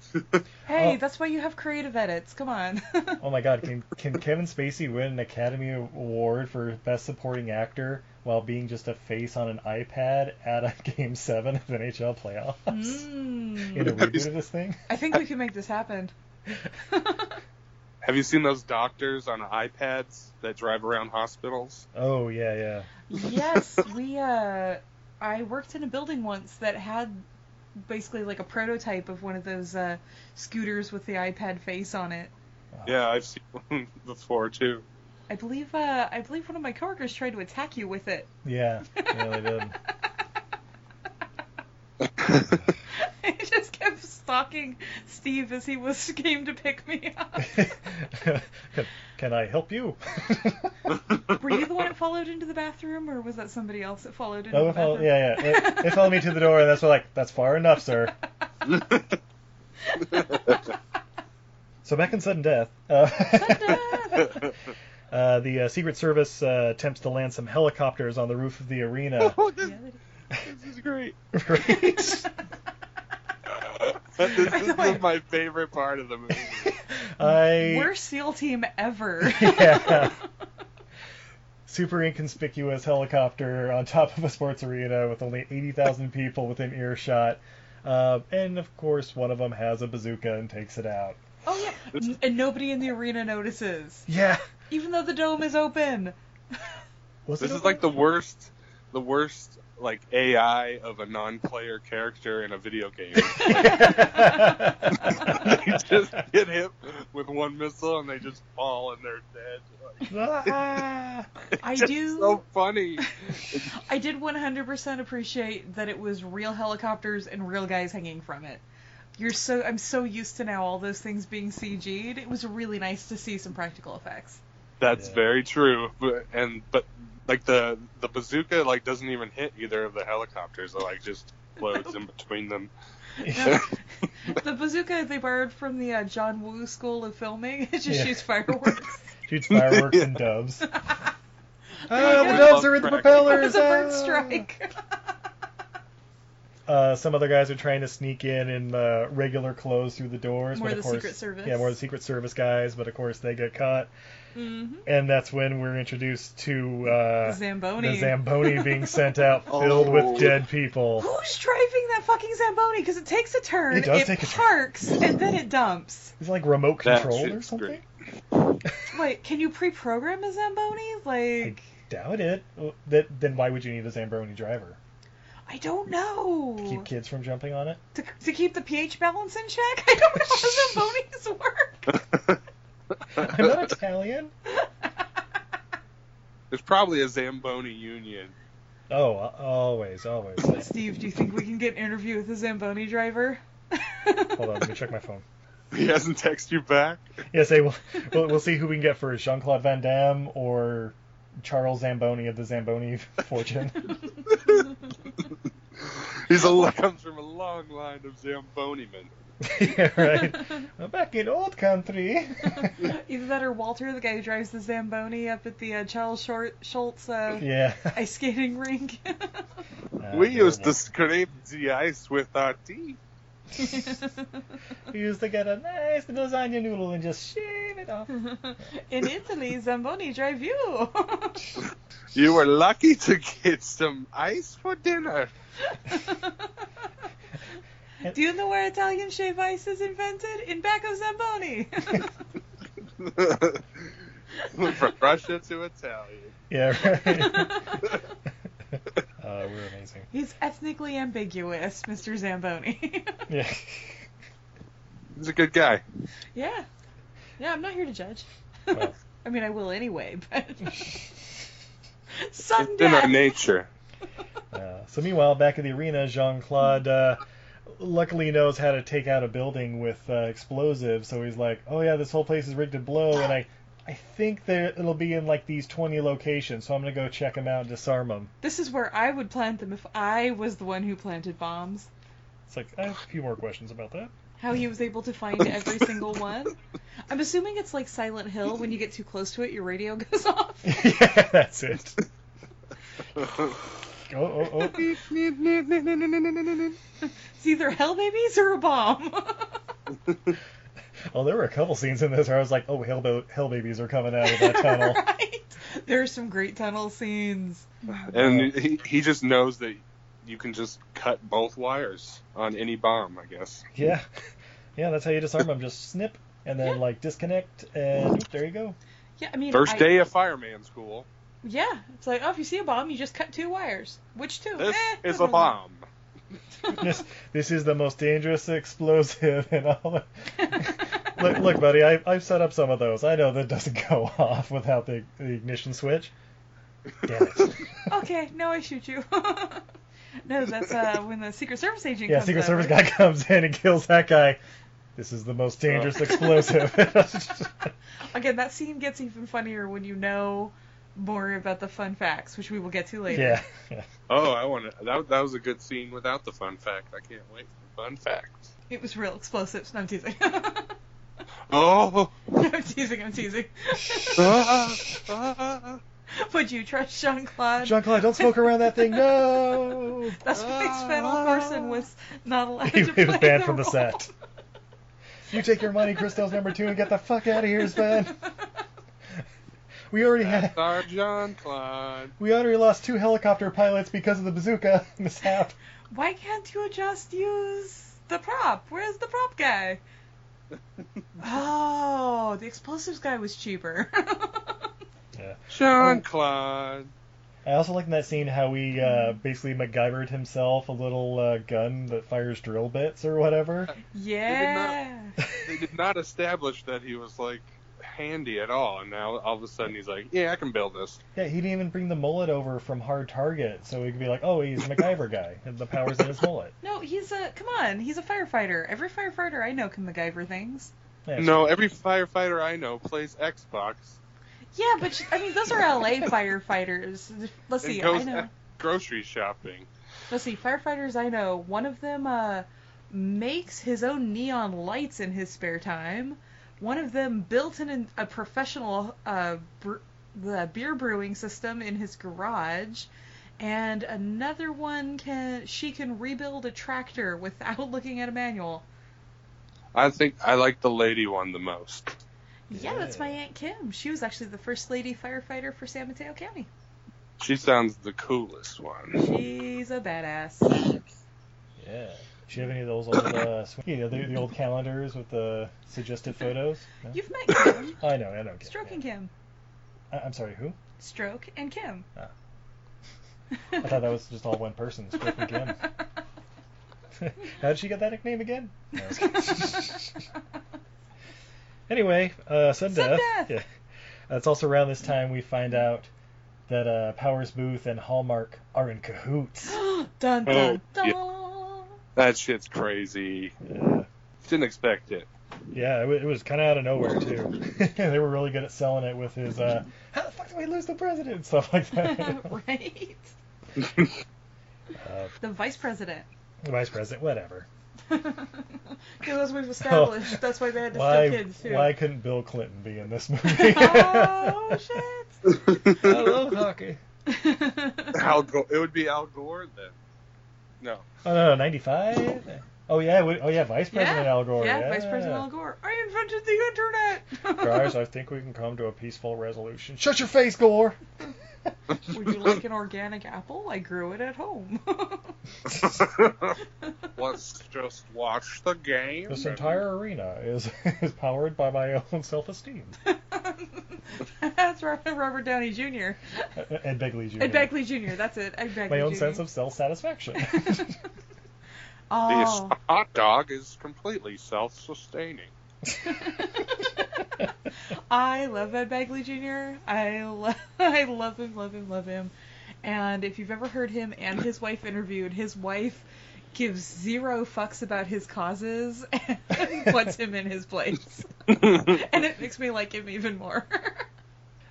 Hey,
Oh.
that's why you have creative edits. Come on.
oh my God! Can can Kevin Spacey win an Academy Award for Best Supporting Actor while being just a face on an iPad at a Game Seven of NHL playoffs
Mm.
in a reboot of this thing?
I think we can make this happen.
Have you seen those doctors on iPads that drive around hospitals?
Oh yeah, yeah.
yes, we. Uh, I worked in a building once that had basically like a prototype of one of those uh, scooters with the iPad face on it.
Yeah, I've seen one before too.
I believe. Uh, I believe one of my coworkers tried to attack you with it.
Yeah, yeah, they did.
I just kept stalking Steve as he was came to pick me up.
can, can I help you?
Were you the one that followed into the bathroom, or was that somebody else that followed into
Oh,
the
it follow-
bathroom?
yeah, yeah. It, it followed me to the door, and that's why, like, that's far enough, sir. so back in sudden death, uh, uh, the uh, Secret Service uh, attempts to land some helicopters on the roof of the arena.
Oh, this,
Yeah, they did.
this is great.
right?
This,
By the
this
way-
is my favorite part of the movie.
I
Worst SEAL team ever.
yeah. Super inconspicuous helicopter on top of a sports arena with only 80,000 people within earshot. Uh, and of course, one of them has a bazooka and takes it out.
oh yeah, N- and nobody in the arena notices,
Yeah.
even though the dome is open.
Was
This
it
is like the worst, the worst like AI of a non-player character in a video game. they just get hit with one missile and they just fall and they're dead. Like,
Ah.
I
it's
do.
So funny.
I did 100% appreciate that it was real helicopters and real guys hanging from it. You're so I'm so used to now all those things being CG'd. It was really nice to see some practical effects.
That's
Yeah.
very true. But, and but like the the bazooka like doesn't even hit either of the helicopters. It like just explodes in between them.
Now, the bazooka they borrowed from the uh, John Woo School of Filming it just
Yeah.
shoots fireworks.
Shoots fireworks and doves. ah,
yeah.
the doves are in the
Love
propellers.
it's a bird
ah.
strike.
Uh, some other guys are trying to sneak in in uh, regular clothes through the doors.
More
but
the
of course,
Secret Service.
Yeah, more the Secret Service guys, but of course they get caught.
hmm
And that's when we're introduced to uh,
Zamboni.
the Zamboni being sent out filled
Oh.
with dead people.
Who's driving that fucking Zamboni? Because it takes a turn,
It does take a turn.
parks, and then it dumps.
Is it like remote
That
control or
shit's
something?
great.
Wait, can you pre-program a Zamboni?
I
Like,
doubt it. Well, That, then why would you need a Zamboni driver?
I don't know.
Keep kids from jumping on it?
to, to keep the pH balance in check? I don't know how Zambonis work.
I'm not Italian.
There's probably a Zamboni union.
Oh, uh, always, always.
Steve, do you think we can get an interview with a Zamboni driver?
Hold on, let me check my phone.
He hasn't texted you back.
Yes, they will. We'll, we'll see who we can get first: Jean Claude Van Damme or Charles Zamboni of the Zamboni fortune.
He's a comes from a long line of Zamboni men.
yeah, right. Well, Oh, back in old country.
Either that or Walter, the guy who drives the Zamboni up at the uh, Charles Short, Schultz uh,
yeah.
ice skating rink.
Ah,
we used
horrible.
to scrape the ice with our teeth.
We used to get a nice lasagna noodle and just shave it off.
in Italy, Zamboni drive you.
You were lucky to get some ice for dinner.
Do you know where Italian shave ice is invented? In back of Zamboni.
Went from Russia to Italian.
Yeah, right. uh, we're amazing.
He's ethnically ambiguous, Mr. Zamboni.
Yeah.
He's a good guy.
yeah. Yeah, I'm not here to judge.
Well,
I mean, I will anyway, but. Sudden
In our
death.
nature.
uh, so meanwhile, back at the arena, Jean Claude uh, luckily knows how to take out a building with uh, explosives. So he's like, oh yeah, this whole place is rigged to blow, and I, I think that it'll be in like these 20 locations. So I'm gonna go check them out and disarm them.
This is where I would plant them if I was the one who planted bombs.
It's like I have a few more questions about that.
How he was able to find every single one. I'm assuming it's like Silent Hill. When you get too close to it, your radio goes off.
yeah, that's it. Oh, oh, oh.
It's either hell babies or a bomb.
oh, there were a couple scenes in this where I was like, oh, hell, ba- hell babies are coming out of that tunnel.
right? There are some great tunnel scenes.
And he, he just knows that you can just cut both wires on any bomb, I guess.
Yeah, yeah, that's how you disarm them. Just snip and then
Yeah.
like disconnect, and oop, there you go.
Yeah, I mean,
First
I-
day of fireman school.
Yeah, it's like oh, if you see a bomb, you just cut two wires. Which two?
This
Eh,
is
I
a
don't know.
bomb.
This this is the most dangerous explosive and all. That. Look, look, buddy, I, I've set up some of those. I know that doesn't go off without the, the ignition switch. Damn it.
okay, now I shoot you. no, that's uh, when the Secret Service agent.
Yeah,
comes
Secret
over.
Service guy comes in and kills that guy. This is the most dangerous explosive.
Again, that scene gets even funnier when you know more about the fun facts, which we will get to later.
yeah.
Oh, I want to. That, that was a good scene without the fun fact. I can't wait for the fun fact.
It was real explosives. No, I'm teasing.
Oh,
I'm teasing. I'm teasing.
ah, ah.
Would you trust Jean Claude?
Jean Claude, don't smoke around that thing. No.
That's why Spanel Carson was not allowed
He
to
was
play
banned
the
from the
role.
set. You take your money, Christel's number two, and get the fuck out of here, Sven. We already had.
Sorry, John Claude.
We already lost two helicopter pilots because of the bazooka mishap.
Why can't you just use the prop? Where's the prop guy? oh, the explosives guy was cheaper.
John Claude.
I also like in that scene how he uh, basically MacGyvered himself a little uh, gun that fires drill bits or whatever.
yeah.
They did not establish that he was like handy at all, and now all of a sudden he's like, "Yeah, I can build this."
Yeah, he didn't even bring the mullet over from Hard Target, so he could be like, "Oh, he's a MacGyver guy, and the powers in his mullet."
No, he's a come on, he's a firefighter. Every firefighter I know can MacGyver things.
Yeah,
No, every firefighter I know plays Xbox
Yeah, but sh- I mean those are LA firefighters. Let's
and
see, I
goes
know.
grocery shopping.
Let's see, firefighters I know. One of them uh, makes his own neon lights in his spare time. One of them built in a professional uh, br- the beer brewing system in his garage, and another one can she can rebuild a tractor without looking at a manual.
I think I like the lady one the most.
Yeah, that's
Yeah.
my aunt Kim. She was actually the first lady firefighter for San Mateo County.
She sounds the coolest one.
She's a badass.
Yeah. Do you have any of those old, uh, sw- you know, the, the old calendars with the suggested photos? No?
You've met Kim,
I know, I know. Kim,
Stroke and Kim,
yeah. I, I'm sorry, who? Ah.
Stroke and Kim.
I thought that was just all one person. Stroke and Kim. How did she get that nickname again? No, I was kidding. anyway, uh, sudden
Sudden
death.
death.
Yeah. That's also around this time we find out that uh, Powers Booth and Hallmark are in cahoots.
dun dun
Oh,
dun.
yeah. That shit's crazy. Didn't expect it.
Yeah, Uh, it, wa- it was kind of out of nowhere too. they were really good at selling it with his uh, "How the fuck do we lose the president?" and stuff like that.
right?
Uh,
The vice president.
Vice president, whatever.
Because that's what we've established. That's why they had to
Oh, Why?
steal kids too.
Why couldn't Bill Clinton be in this movie?
oh shit!
I love hockey.
Al Gore. It would be Al Gore then. No.
Oh no, ninety-five. Oh yeah, it would- oh yeah, Vice President
yeah.
Al Gore.
Yeah, Vice President Al Gore. I invented the internet.
Guys, I think we can come to a peaceful resolution. Shut your face, Gore.
Would you like an organic apple? I grew it at home.
Let's just watch the game.
This entire arena is is powered by my own self-esteem.
that's Ro- Robert Downey Jr.
Ed Begley Jr.
Ed Begley Jr. That's it. Ed Begley
My own
Jr.
sense of self-satisfaction.
Oh.
The hot dog is completely self-sustaining.
I love Ed Bagley Jr. I lo- I love him, love him, love him. And if you've ever heard him and his wife interviewed, his wife gives zero fucks about his causes and puts him in his place. and it makes me like him even more.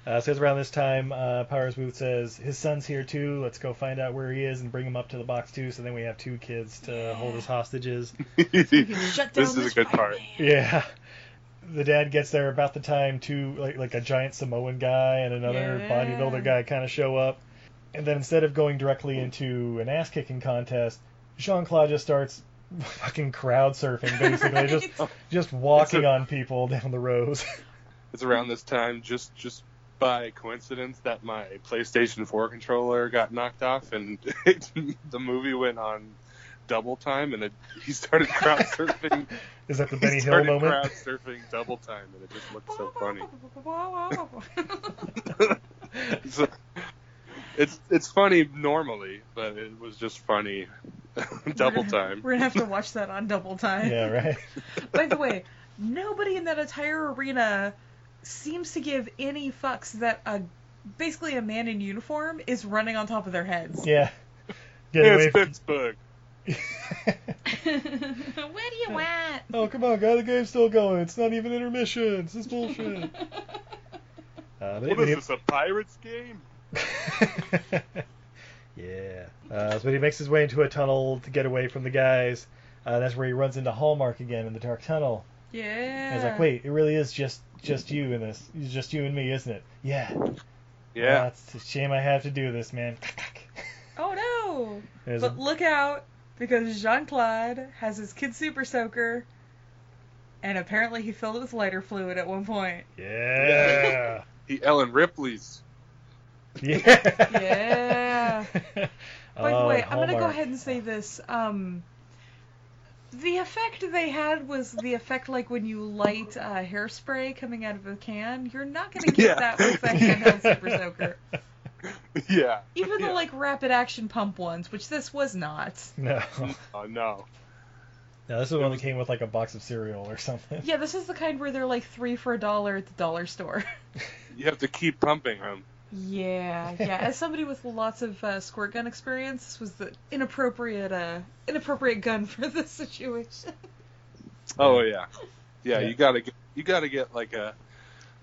Uh, so it's around this time, uh, Powers Booth says, his son's here too, let's go find out where he is and bring him up to the box too, so then we have two kids to hold as hostages.
Shut down
this is a
this
good
white
part.
man.
Yeah. The dad gets there about the time two like like a giant Samoan guy and another
Yeah.
bodybuilder guy kind of show up. And then instead of going directly into an ass kicking contest, Jean Claude just starts fucking crowd surfing basically, just just walking on people down the rows.
It's around this time, just just by coincidence, that my PlayStation 4 controller got knocked off, and the movie went on double time, and it, he started crowd surfing.
Is that the
he
Benny Hill
started
moment?
crowd surfing double time, and it just looked so funny. So, it's it's funny normally, but it was just funny double time.
We're gonna have to watch that on double time.
Yeah, right.
By the way, nobody in that entire arena seems to give any fucks that a basically a man in uniform is running on top of their heads.
Yeah. Get away
It's
from...
Pittsburgh.
what do you want?
Oh come on, guy! The game's still going. It's not even intermission. This is bullshit. uh, but
What is this? A pirates game?
yeah. Uh, so he makes his way into a tunnel to get away from the guys. Uh, that's where he runs into Hallmark again in the dark tunnel.
Yeah.
And he's like, "Wait, it really is just just you in this. It's just you and me, isn't it? Yeah.
Yeah.
Ah, it's a shame I have to do this, man.
Oh no!
There's
But
a,
look out, because Jean Claude has his kid super soaker, and apparently he filled it with lighter fluid at one point.
yeah.
He Ellen Ripley's.
yeah.
Yeah. By the
Oh,
way, I'm gonna go
Hallmark.
ahead and say this. Um, the effect they had was the effect like when you light uh, hairspray coming out of a can. You're not gonna get
Yeah.
that with a handheld super soaker.
Yeah.
Even
Yeah.
the like rapid action pump ones, which this was not.
No.
Oh no.
No, this is one that came with like a box of cereal or something.
Yeah, this is the kind where they're like three for a dollar at the dollar store.
You have to keep pumping him.
Yeah, yeah. As somebody with lots of uh, squirt gun experience, this was the inappropriate, uh, inappropriate gun for this situation.
Oh yeah. Yeah,
Yeah.
you gotta get you gotta get like a,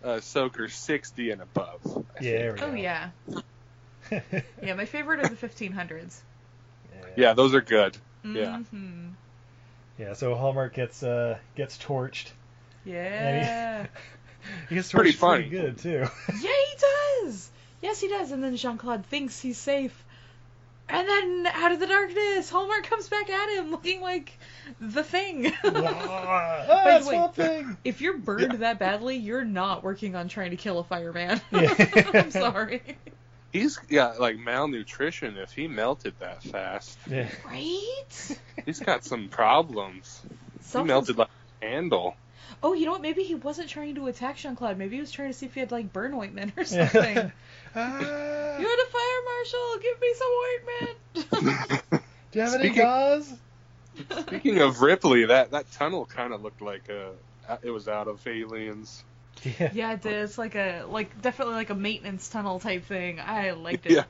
a soaker sixty and above.
Yeah. There we
Oh
go.
yeah, yeah. My favorite are the 1500s.
Yeah, those are good. Yeah.
Mm-hmm.
Yeah, so Hallmark gets uh gets torched.
Yeah.
He gets torched
Pretty
pretty,
funny.
good too.
yeah, he does. Yes, he does. And then Jean Claude thinks he's safe. And then out of the darkness, Hallmark comes back at him looking like the thing.
ah,
By the
it's
way-
Swamp Thing.
if you're burned that badly, you're not working on trying to kill a fireman.
Yeah.
I'm sorry.
He's got like malnutrition if he melted that fast.
Yeah.
Right?
He's got some problems. He
Something's-
melted like a candle.
Oh, you know what? Maybe he wasn't trying to attack Jean Claude. Maybe he was trying to see if he had like burn ointment or
Yeah.
something.
Ah,
You're the fire marshal. Give me some ointment.
do you have any
Speaking-
gauze?
Speaking of Ripley, that, that tunnel kind of looked like a, it was out of Aliens.
Yeah.
yeah, it did. It's like a like definitely like a maintenance tunnel type thing. I liked it.
Yeah,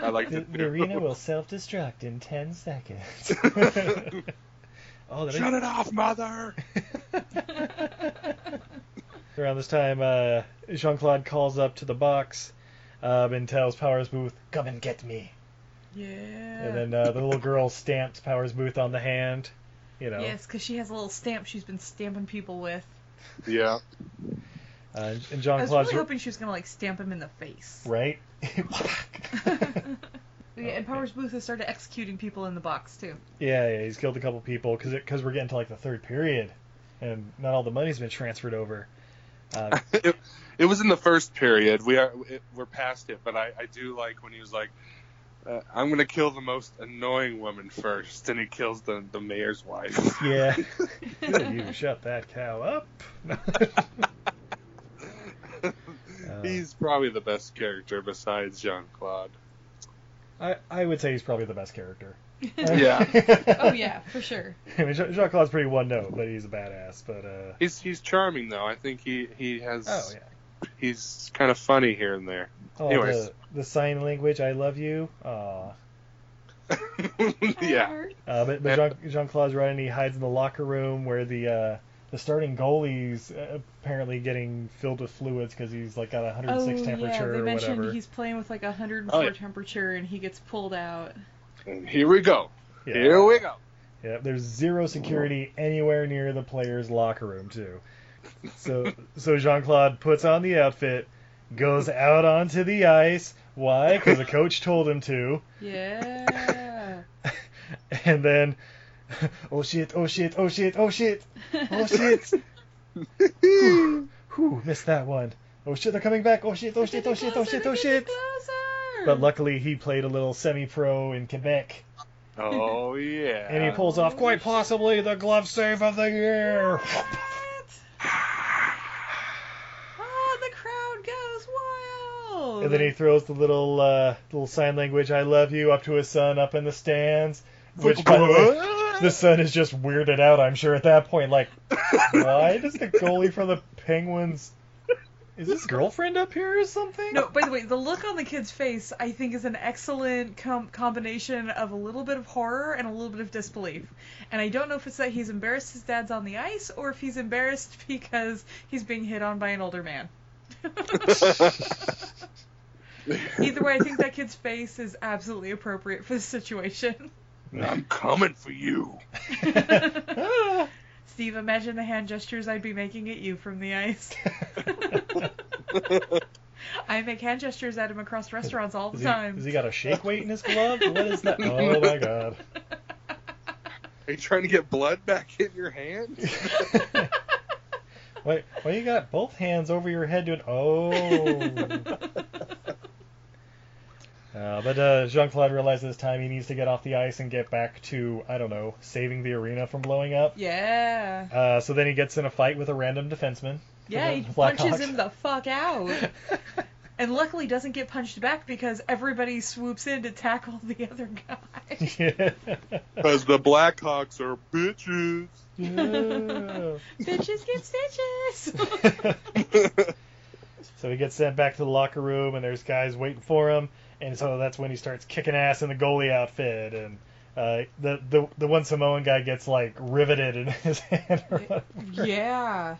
I liked
The,
it.
the
too.
arena will self-destruct in ten seconds. oh, that
Shut it off, mother.
Around this time, uh, Jean Claude calls up to the box um, and tells Powers Booth, "Come and get me."
Yeah.
And then uh, the little girl stamps Powers Booth on the hand. You know,
Yes, because she has a little stamp she's been stamping people with.
Yeah.
uh, and
I
John
was
Claude's
really hoping she was gonna like stamp him in the face.
right.
yeah,
okay.
Oh, and Powers Booth has started executing people in the box too.
yeah, yeah, he's killed a couple people because because we're getting to like the third period, and not all the money's been transferred over. Uh,
it, it was in the first period. We are it, we're past it, but I, I do like when he was like, uh, "I'm gonna kill the most annoying woman first, and he kills the the mayor's wife.
yeah, you shut that cow up. Uh,
He's probably the best character besides Jean Claude.
I I would say he's probably the best character.
Yeah.
Oh yeah, for sure.
I mean, Jean Claude's pretty one note, but he's a badass. But uh,
He's he's charming though. I think he he has
oh yeah.
he's kind of funny here and there.
Oh,
Anyways.
the, the sign language, I love you. Aw.
yeah.
However,
Uh, but but Jean, Jean-Claude's right, and he hides in the locker room where the uh, the starting goalie's uh, apparently getting filled with fluids because he's like got a 106
oh, yeah,
temperature
they
or
mentioned
whatever.
he's playing with like a 104
Oh, yeah.
temperature and he gets pulled out.
And here we go.
Yeah.
Here we go.
Yeah, there's zero security anywhere near the player's locker room too. So so Jean Claude puts on the outfit, goes out onto the ice. Why? Because the coach told him to.
Yeah.
And then, oh shit! Oh shit! Oh shit! Oh shit! Oh shit! Whew, Whew, missed that one. Oh shit! They're coming back! Oh shit! Oh shit! Oh shit! Oh shit! Oh shit! But luckily, he played a little semi-pro in Quebec,
Oh yeah.
and he pulls off quite possibly the glove save of the year.
Oh, Ah, the crowd goes wild.
And then he throws the little uh, little sign language "I love you" up to his son up in the stands, which by the way, the son is just weirded out. I'm sure at that point, like, why does the goalie for the Penguins? Is his girlfriend up here or something?
No, by the way, the look on the kid's face, I think, is an excellent com- combination of a little bit of horror and a little bit of disbelief. And I don't know if it's that he's embarrassed his dad's on the ice or if he's embarrassed because he's being hit on by an older man. Either way, I think that kid's face is absolutely appropriate for the situation.
I'm coming for you.
Steve, imagine the hand gestures I'd be making at you from the ice. I make hand gestures at him across restaurants all the
Is he,
time.
has he got a shake weight in his glove? What is that? Oh my god!
Are you trying to get blood back in your hand?
Wait, why you got both hands over your head doing? Oh. Uh, but uh, Jean Claude realizes this time he needs to get off the ice and get back to, I don't know, saving the arena from blowing up.
Yeah.
Uh, so then he gets in a fight with a random defenseman.
Yeah, he
the Black
punches
Hawks.
him the fuck out. and luckily doesn't get punched back because everybody swoops in to tackle the other guy.
Because the Blackhawks are bitches.
Bitches get stitches.
so he gets sent back to the locker room, and there's guys waiting for him. And so that's when he starts kicking ass in the goalie outfit. And uh, the, the the one Samoan guy gets like riveted in his hand. or whatever.
yeah.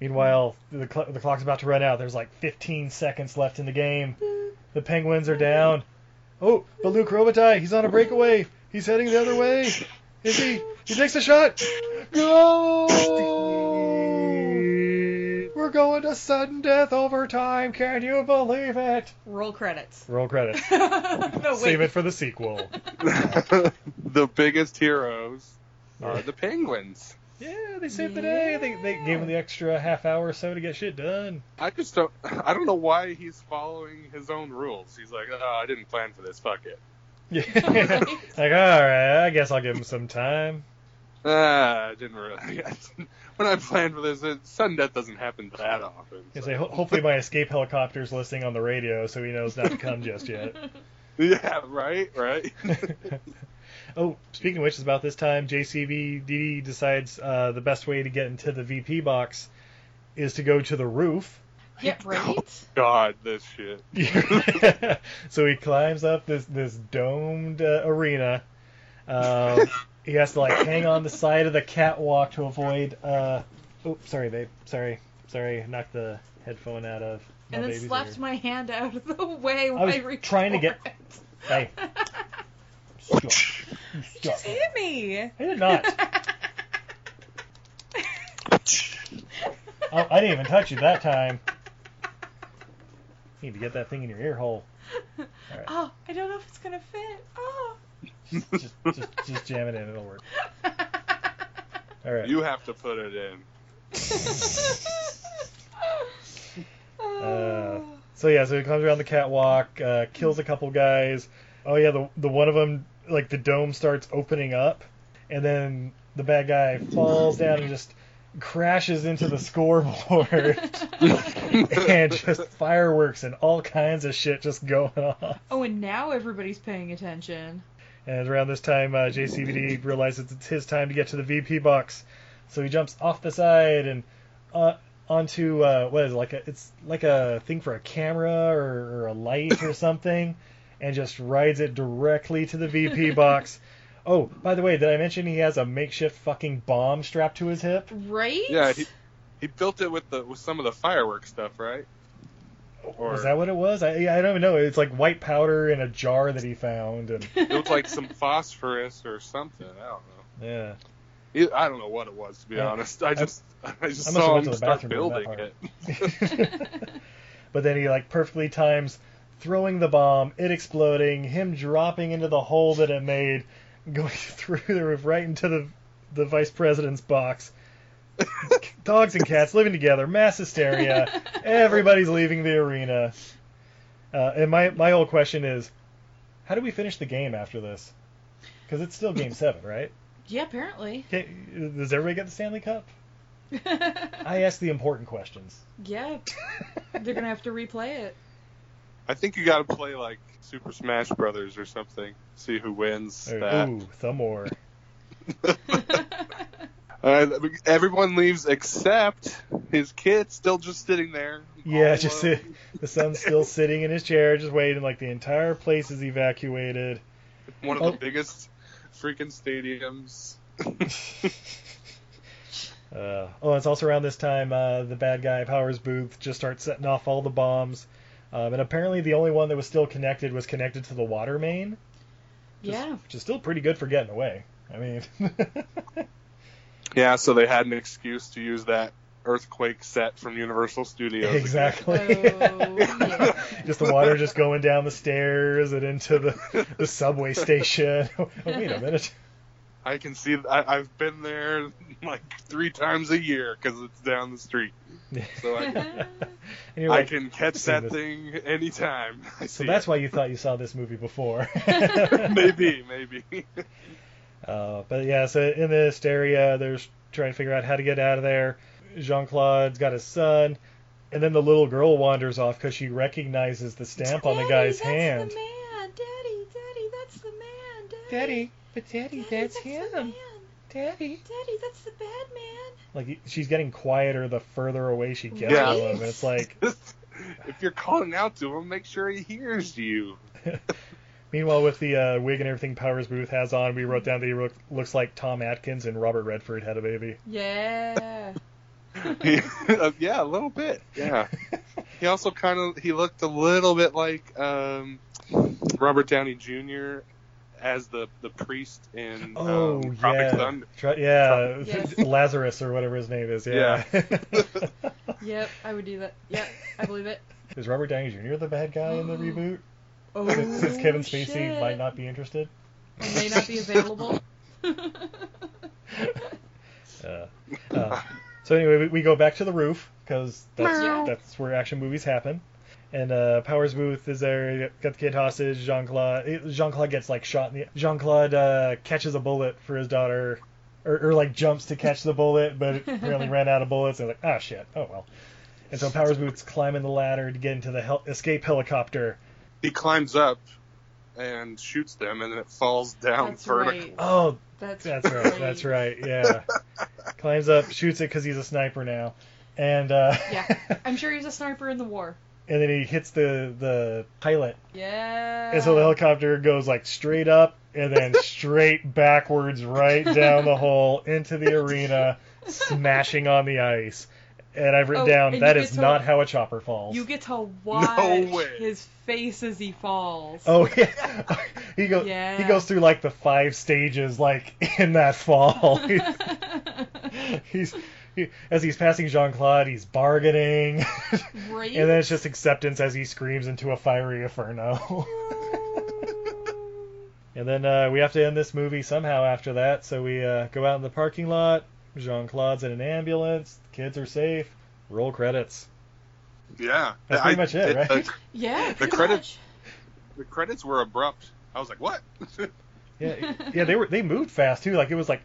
Meanwhile, the, cl- the clock's about to run out. There's like 15 seconds left in the game. The Penguins are down. Oh, but Luke Robitaille, he's on a breakaway. He's heading the other way. Is he? He takes a shot. Go! We're going to sudden death overtime. Can you believe it?
Roll credits.
Roll credits.
no, wait.
Save it for the sequel.
the biggest heroes are the Penguins.
Yeah, they saved the day. They, they gave him the extra half hour or so to get shit done.
I just don't. I don't know why he's following his own rules. He's like, oh, I didn't plan for this. Fuck it.
Yeah. like, all right, I guess I'll give him some time.
Ah, I didn't really. when I planned for this, it, sudden death doesn't happen that often.
I
so-
say, ho- hopefully my escape helicopter's listening on the radio, so he knows not to come just yet.
yeah, right, right.
Oh, speaking of which, it's about this time JCVD decides uh, the best way to get into the VP box is to go to the roof.
Yeah, right?
God, this shit.
so he climbs up this this domed uh, arena. Um, he has to like hang on the side of the catwalk to avoid. Uh... Oh, sorry, babe. Sorry, sorry. Knocked the headphone out of. My
and then
baby's
slapped
ear.
my hand out of the way while
was
record.
trying to get- Hey. Stop.
Just hit me.
I did not. oh, I didn't even touch you that time. You need to get that thing in your ear hole.
Oh, I don't know if it's gonna fit. Oh.
Just, just, just jam it in. It'll work. All right.
You have to put it in.
Uh, so yeah, so he comes around the catwalk, uh, kills a couple guys. Oh yeah, the the one of them like the dome starts opening up, and then the bad guy falls down and just crashes into the scoreboard, and just fireworks and all kinds of shit just going on.
oh, and now everybody's paying attention.
And around this time, uh, JCVD realizes it's his time to get to the VP box, so he jumps off the side and uh, onto uh, what is it, like a it's like a thing for a camera or, or a light or something, and just rides it directly to the VP box. Oh, by the way, did I mention he has a makeshift fucking bomb strapped to his hip?
Right?
Yeah, he, he built it with the with some of the fireworks stuff, right? Or
Was that what it was? I, I don't even know. It's like white powder in a jar that he found, and
it looked like some phosphorus or something. I don't know.
yeah.
It- I don't know what it was to be
Yeah.
honest. I just I, just
I must have
saw
went
him
to the
start
bathroom during
building
that
it.
but then he like perfectly times throwing the bomb, it exploding, him dropping into the hole that it made, going through the roof right into the the vice president's box. Dogs and cats living together, mass hysteria. Everybody's leaving the arena. Uh, and my my whole question is, how do we finish the game after this? Because it's still game seven, right?
Yeah, apparently.
Can, does everybody get the Stanley Cup? I ask the important questions.
yeah. They're going to have to replay it.
I think you got to play like Super Smash Brothers or something. See who wins
There-
that.
Ooh, Thumbmore.
Uh, everyone leaves except his kid, still just sitting there.
Yeah,
all
just
alone.
sit, the son's still sitting in his chair, just waiting. Like the entire place is evacuated.
one of
Oh.
the biggest freaking stadiums.
Uh, oh, it's also around this time uh, the bad guy Powers Booth just starts setting off all the bombs, um, and apparently the only one that was still connected was connected to the water main,
yeah.
which is still pretty good for getting away. I mean,
Yeah, so they had an excuse to use that earthquake set from Universal Studios. again.
Uh,
exactly.
Oh, yeah.
just the water just going down the stairs and into the, the subway station. oh, wait a minute.
I can see. I, I've been there like three times a year because it's down the street, so I can,
And you're
I
like,
can catch
seen
that
this.
thing anytime. I
so
see
that's
it.
why you thought you saw this movie before.
maybe, maybe.
Uh, but yeah, so in this area, they're trying to figure out how to get out of there. Jean Claude's got his son, and then the little girl wanders off because she recognizes the stamp on the
Daddy,
guy's
that's
hand.
The man. Daddy, daddy, that's the man. Daddy,
but Daddy,
the man.
Daddy.
Daddy, that's the bad man.
Like she's getting quieter the further away she gets
Yeah.
from him. and It's like,
if you're calling out to him, make sure he hears you.
meanwhile, with the uh, wig and everything Powers Booth has on, we wrote down that he look, looks like Tom Atkins and Robert Redford had a baby.
yeah.
Uh, yeah, a little bit. Yeah. He also kind of he looked a little bit like um, Robert Downey Jr. as the the priest in
Oh
um, Tropic
yeah,
Thunder.
Tro- yeah,
Yes.
Lazarus or whatever his name is. Yeah.
Yep, I would do that. Yep, I believe it.
is Robert Downey Jr. the bad guy in the reboot?
Oh,
Since, since Kevin Spacey
shit.
might not be interested.
It may not be available.
Uh, uh, so anyway, we, we go back to the roof because that's
Meow.
that's where action movies happen. And uh, Powers Booth is there, got the kid hostage. Jean Claude Jean Claude gets like shot in the Jean Claude uh, catches a bullet for his daughter. Or, or like jumps to catch the bullet, but apparently ran out of bullets. And like, ah, shit. Oh well. And so Powers Booth's climbing the ladder to get into the hel- escape helicopter.
He climbs up and shoots them, and then it falls down
That's
vertically.
right.
Oh,
That's,
That's right. That's right. Yeah. Climbs up, shoots it because he's a sniper now, and uh,
Yeah, I'm sure he's a sniper in the war.
and then he hits the the pilot,
Yeah.
and so the helicopter goes like straight up and then straight backwards, right down the hole into the arena, smashing on the ice. And I've written
Oh,
down
and
that
you
is
get to-
not how a chopper falls.
You get to watch
way.
his face as he falls.
Oh yeah, he goes. He
Yeah.
goes through like the five stages, like in that fall. he's he, as he's passing Jean Claude, he's bargaining,
Great.
and then it's just acceptance as he screams into a fiery inferno. and then uh, we have to end this movie somehow after that, so we uh, go out in the parking lot. Jean Claude's in an ambulance. The kids are safe. Roll credits.
Yeah,
That's pretty
I-
much it, right?
The,
yeah. pretty
credits- the credits were abrupt. I was like, "What?"
Yeah, yeah, they were they moved fast too. Like it was like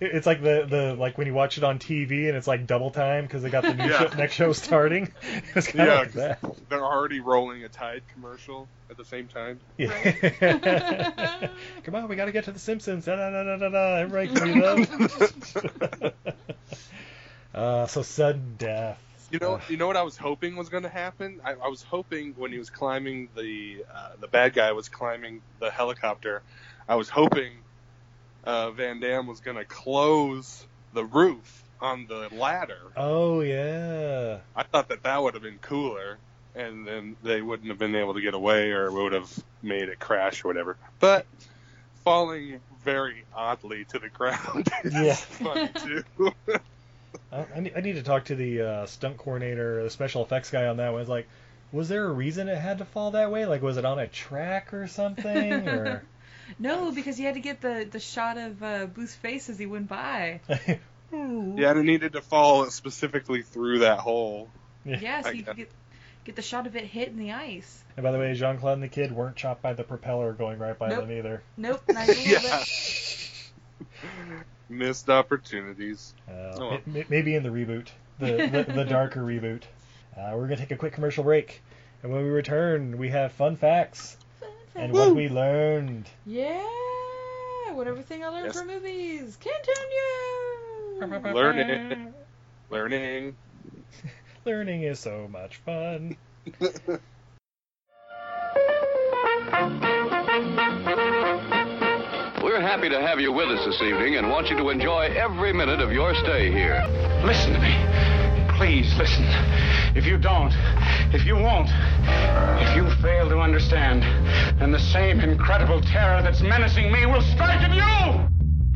it- it's like the the like when you watch it on TV and it's like double time because they got the new
Yeah.
show, next show starting. It was kind
Yeah,
of like that.
'cause they're already rolling a Tide commercial at the same time.
Yeah. Come on, we got to get to the Simpsons. Da, da, da, da, da, da. Everybody can do that. uh, so sudden death.
You know,
Ugh.
you know what I was hoping was going to happen. I, I was hoping when he was climbing the uh, the bad guy was climbing the helicopter. I was hoping uh, Van Dam was going to close the roof on the ladder.
Oh yeah.
I thought that that would have been cooler, and then they wouldn't have been able to get away, or would have made it crash or whatever. But falling very oddly to the ground is
Yeah.
funny too.
I, I, need, I need to talk to the uh, stunt coordinator, the special effects guy on that one. It's like, was there a reason it had to fall that way? Like, was it on a track or something? Or
No, because you had to get the, the shot of uh, Booth's face as he went by.
yeah, and it needed to fall specifically through that hole.
Yeah, so
I
you could get, get the shot of it hitting the ice.
and by the way, Jean Claude and the kid weren't chopped by the propeller going right by
Nope.
them either.
Nope, not even a little
Yeah.
bit.
Missed opportunities.
Uh,
Oh, well.
ma- ma- maybe in the reboot, the the, the darker reboot. Uh, we're gonna take a quick commercial break, and when we return, we have fun facts
Fun
and
fact.
what we learned.
Yeah, what everything I learned
Yes.
from movies. Continue.
Learn it. Learning.
Learning is so much fun.
We're happy to have you with us this evening and want you to enjoy every minute of your stay here. Listen to me. Please listen. If you don't, if you won't, if you fail to understand, then the same incredible terror that's menacing me will strike at you!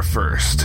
first.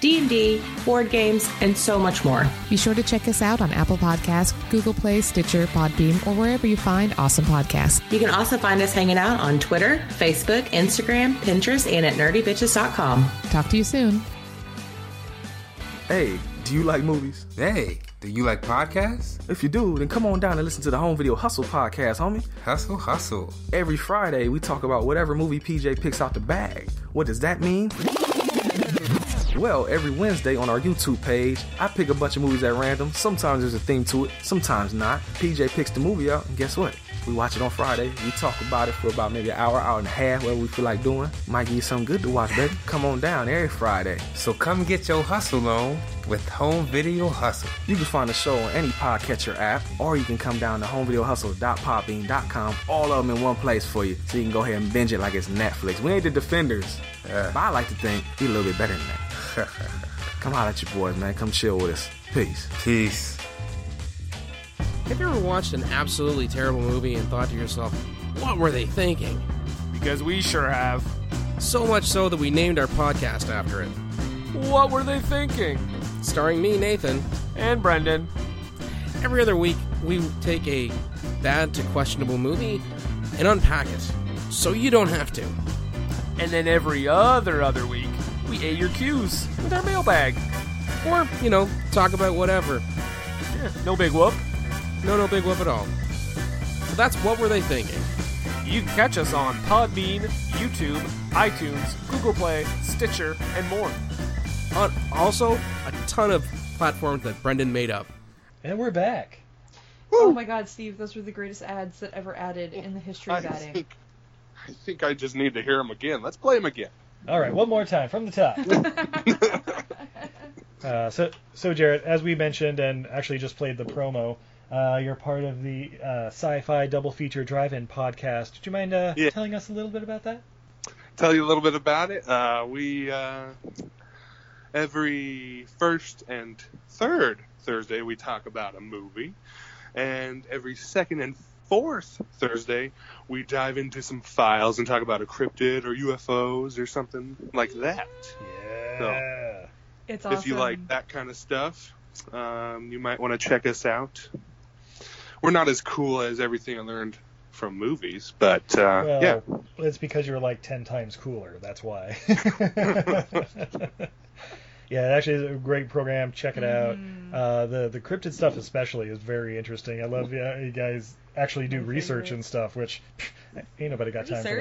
D&D, board games, and so much more.
Be sure to check us out on Apple Podcasts, Google Play, Stitcher, Podbeam, or wherever you find awesome podcasts.
You can also find us hanging out on Twitter, Facebook, Instagram, Pinterest, and at nerdybitches.com.
Talk to you soon.
Hey, do you like movies? Hey, do you like podcasts? If you do, then come on down and listen to the Home Video Hustle podcast, homie. Hustle, hustle. Every Friday, we talk about whatever movie PJ picks out the bag. What does that mean? Well, every Wednesday on our YouTube page, I pick a bunch of movies at random. Sometimes there's a theme to it, sometimes not. PJ picks the movie out, and guess what? We watch it on Friday. We talk about it for about maybe an hour, hour and a half, whatever we feel like doing. Might give you something good to watch, baby. Come on down every Friday. So come get your hustle on with Home Video Hustle. You can find the show on any podcatcher app, or you can come down to homevideohustle.podbean.com. All of them in one place for you, so you can go ahead and binge it like it's Netflix. We ain't the defenders, but I like to think we a little bit better than that. Come holler at your boys, man. Come chill with us. Peace. Peace.
Have you ever watched an absolutely terrible movie and thought to yourself, what were they thinking? Because we sure have. So much so that we named our podcast after it.
What were they thinking?
Starring me, Nathan.
And Brendan.
Every other week, we take a bad to questionable movie and unpack it so you don't have to.
And then every other other week, we ate your cues with our mailbag.
Or, you know, talk about whatever.
Yeah, no big whoop.
No, no big whoop at all. So that's what were they thinking?
You can catch us on Podbean, YouTube, iTunes, Google Play, Stitcher, and more.
On Uh, also a ton of platforms that Brendan made up.
And we're back.
Oh my god, Steve, those were the greatest ads that ever added in the history of
I
adding.
think, I think I just need to hear him again. Let's play him again.
All right, one more time from the top. uh, so, so Jarrett, as we mentioned, and actually just played the promo, uh, you're part of the uh, Sci-Fi Double Feature Drive-In podcast. Would you mind uh,
Yeah.
telling us a little bit about that?
Tell you a little bit about it. Uh, we uh, every first and third Thursday, we talk about a movie. And every second and fourth Thursday, we dive into some files and talk about a cryptid or UFOs or something like that. Yeah. So,
It's
if you like that kind of stuff, um, you might want to check us out. We're not as cool as everything I learned from movies, but uh,
well,
yeah.
it's because you're like ten times cooler. That's why. yeah, it actually is a great program. Check it out. Uh, the the cryptid stuff especially is very interesting. I love yeah, you guys actually do research and stuff, which pff, ain't nobody got time for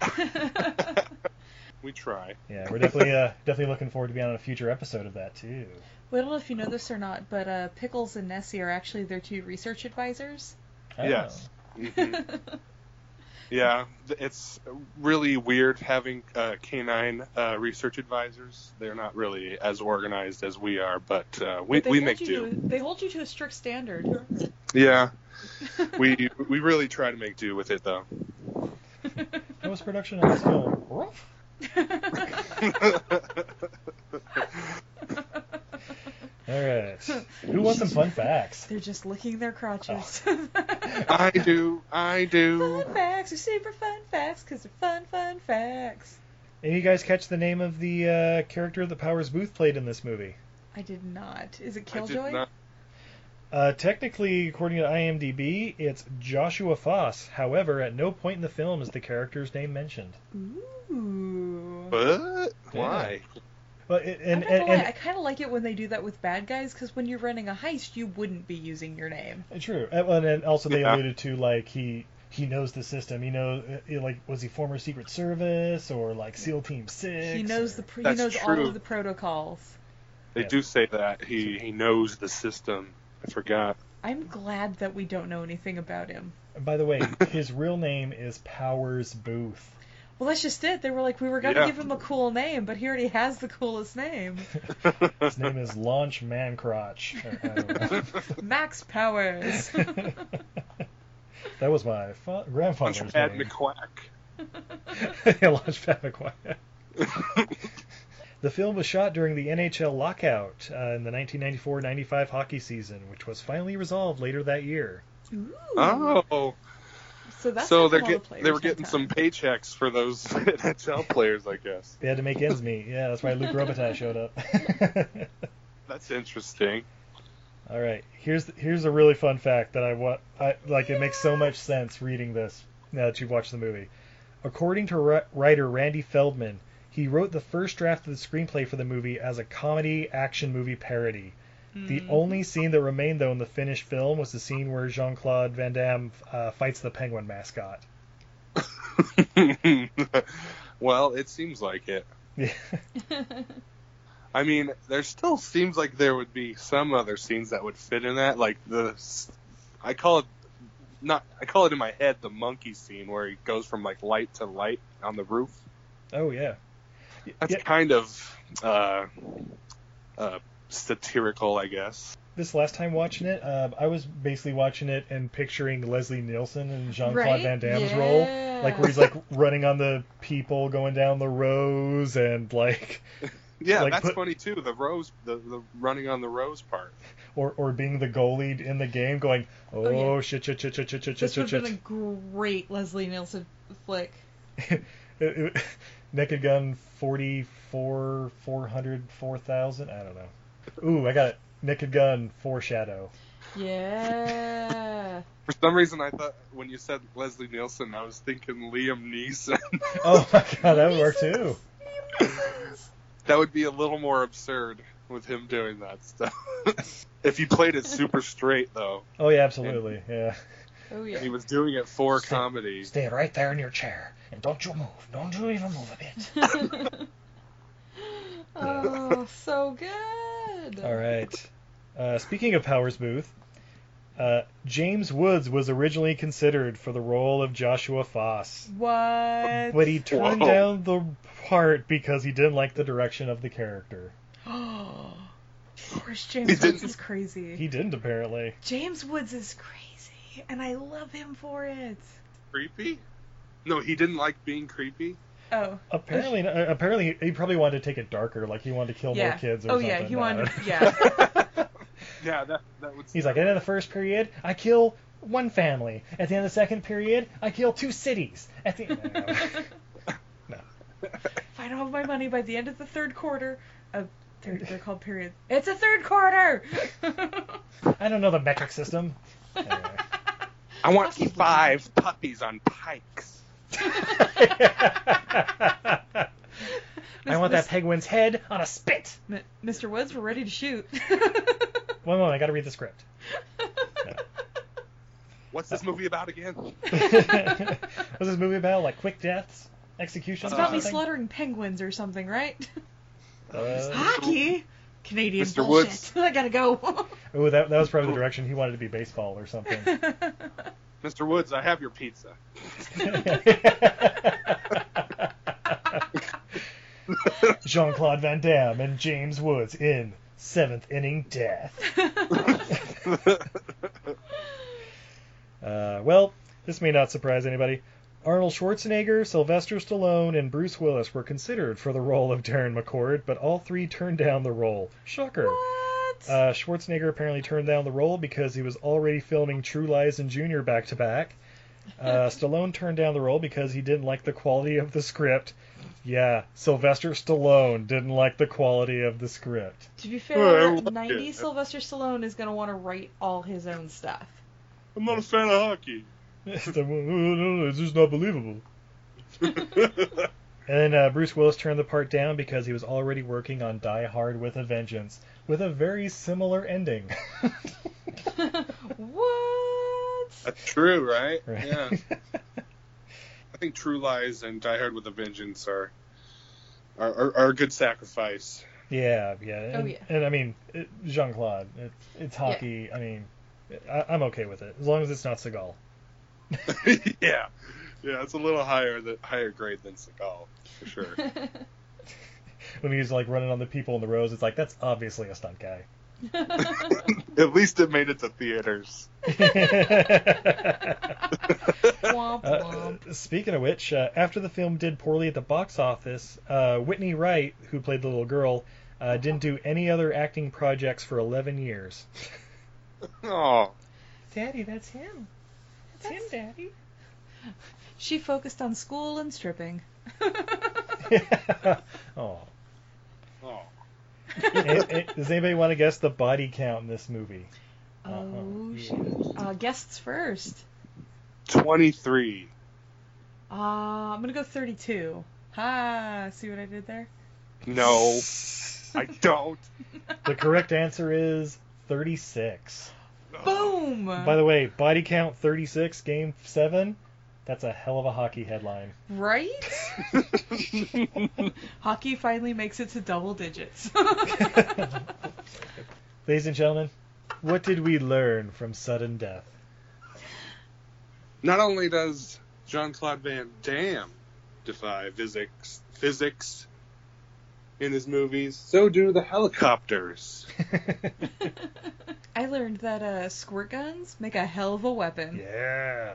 that.
Research.
We try.
Yeah, we're definitely uh, definitely looking forward to being on a future episode of that too.
Well, I don't know if you know this or not, but uh, Pickles and Nessie are actually their two research advisors.
Yes. Mhm. yeah, th- it's really weird having uh, canine uh, research advisors. They're not really as organized as we are, but uh, we,
But they
we
hold
make
you
do.
To, they hold you to a strict standard.
Yeah, we we really try to make do with it though.
Post production on this film. Rough. All right. Who wants some fun facts?
They're just licking their crotches.
Oh. I do. I
Oh.
do.
fun facts are super fun facts because they're fun, fun facts.
And you guys catch the name of the uh, character that Powers Booth played in this movie?
I did not. Is it Killjoy?
Uh, technically, according to IMDb, it's Joshua Foss. However, at no point in the film is the character's name mentioned.
Ooh.
What? Why?
But it,
I'm
and,
not gonna
and,
lie,
and-
I kind of like it when they do that with bad guys because when you're running a heist, you wouldn't be using your name.
True, and, and then also they
Yeah.
alluded to like he he knows the system. He knows like was he former Secret Service or like SEAL Team Six?
He knows the pr- he
That's
knows all
true.
of the protocols.
They do say that he he knows the system. I forgot.
I'm glad that we don't know anything about him.
And by the way, his real name is Powers Booth.
Well, that's just it. They were like, we were gonna
Yeah.
give him a cool name, but he already has the coolest name,
His name is Launch Mancrotch. Or, I don't know.
Max Powers.
that was my fa- grandfather's
Launchpad
name.
McQuack.
Yeah, Launchpad McQuack. the film was shot during the NHL lockout uh, in the 1994-95 hockey season, which was finally resolved later that year.
Oh.
So that's
so
how
they're
come all the
get, they were getting some paychecks for those NHL players, I guess.
They had to make ends meet. Yeah, that's why Luke Robitaille showed up.
That's interesting.
All right, here's here's a really fun fact that I want. I like it makes so much sense reading this now that you've watched the movie. According to ri- writer Randy Feldman, he wrote the first draft of the screenplay for the movie as a comedy action movie parody. The
Mm.
only scene that remained though in the finished film was the scene where Jean Claude Van Damme uh, fights the penguin mascot.
well, it seems like it.
Yeah.
I mean, there still seems like there would be some other scenes that would fit in that, like the s- I call it not I call it in my head the monkey scene where he goes from like light to light on the roof.
Oh yeah.
That's kind of uh, uh, satirical, I guess.
This last time watching it, uh, I was basically watching it and picturing Leslie Nielsen and Jean Claude
Right?
Van Damme's role, like where he's like running on the people going down the rows and like,
Yeah,
like
that's
put-
funny too. The rose, the, the running on the rose part.
or or being the goalie in the game, going oh, shit shit shit shit shit shit shit
This would
shit.
have
shit.
been a great Leslie Nielsen flick.
It- it- Naked Gun 44, 400, 4000? I don't know. Ooh, I got it. Naked Gun Foreshadow.
Yeah.
For some reason, I thought when you said Leslie Nielsen, I was thinking Liam Neeson.
Oh my god, that would work too.
that would be a little more absurd with him doing that stuff. if he played it super straight, though,
Oh yeah, absolutely. Yeah.
oh
and he was doing it for comedy.
Stay right there in your chair and don't you move. Don't you even move a bit.
oh, so good.
All right. Uh, speaking of Powers Booth, uh, James Woods was originally considered for the role of Joshua Foss,
What?
but he turned down the part because he didn't like the direction of the character.
down. of course, James Woods is crazy.
He didn't apparently.
James Woods is crazy, and I love him for it.
Creepy? No, he didn't like being creepy.
Oh.
Apparently, uh, apparently, he probably wanted to take it darker. Like he wanted to kill
Yeah.
more kids. Or
Oh,
something.
yeah, he
No,
wanted-
no.
yeah.
Yeah, that that would.
He's like, at the end of the first period, I kill one family. At the end of the second period, I kill two cities. At the
If I don't have my money by the end of the third quarter, uh, they're, they're called period. It's a third quarter.
I don't know the metric system.
I want five puppies on pikes.
I want that penguin's head on a spit.
M- Mr. Woods, we're ready to shoot.
One moment, I got to read the script.
What's this movie about again?
What's this movie about? Like quick deaths, executions.
It's
or
about me
something?
slaughtering penguins or something, right?
Uh,
Hockey. Canadian
Mr.
bullshit.
Woods.
I gotta go.
oh, that, that was probably the direction he wanted to be baseball or something.
Mr. Woods, I have your pizza.
Jean Claude Van Damme and James Woods in seventh inning death. uh, well, this may not surprise anybody. Arnold Schwarzenegger, Sylvester Stallone, and Bruce Willis were considered for the role of Darren McCord, but all three turned down the role. Shocker. Uh, Schwarzenegger apparently turned down the role because he was already filming True Lies and Junior back to back. Uh, Stallone turned down the role because he didn't like the quality of the script. Yeah, Sylvester Stallone didn't like the quality of the script.
to be fair,
Well, I like
90
it.
Sylvester Stallone is gonna want to write all his own stuff.
I'm not a fan of hockey.
it's just not believable. And then uh, Bruce Willis turned the part down because he was already working on Die Hard with a Vengeance, with a very similar ending.
That's Uh, true, right?
Right.
Yeah. I think True Lies and Die Hard with a Vengeance are are, are, are a good sacrifice.
yeah, yeah. And,
Oh, yeah.
and I mean, it, Jean Claude, it, it's hockey. I mean, I, I'm okay with it as long as it's not Seagal.
yeah, yeah, it's a little higher than higher grade than Seagal for sure.
When he's like running on the people in the rows, it's like that's obviously a stunt guy.
At least it made it to theaters.
Uh, speaking of which, uh, after the film did poorly at the box office, uh, Whitney Wright, who played the little girl, uh, didn't do any other acting projects for 11 years.
Oh,
Daddy, that's him.
That's him, Daddy. She focused on school and stripping.
Oh.
oh.
Eh, eh, does anybody want to guess the body count in this movie? Uh-huh.
Oh, shoot. Uh, guests first.
Twenty three.
Uh, I'm gonna go 32. Ha! See what I did there?
No, I don't.
The correct answer is 36. Uh,
Boom!
By the way, body count 36, game 7. That's a hell of a hockey headline.
Right? Hockey finally makes it to double digits.
Ladies and gentlemen, what did we learn from sudden death?
Not only does Jean Claude Van Damme defy physics physics in his movies, so do the helicopters.
I learned that uh, squirt guns make a hell of a weapon.
Yeah.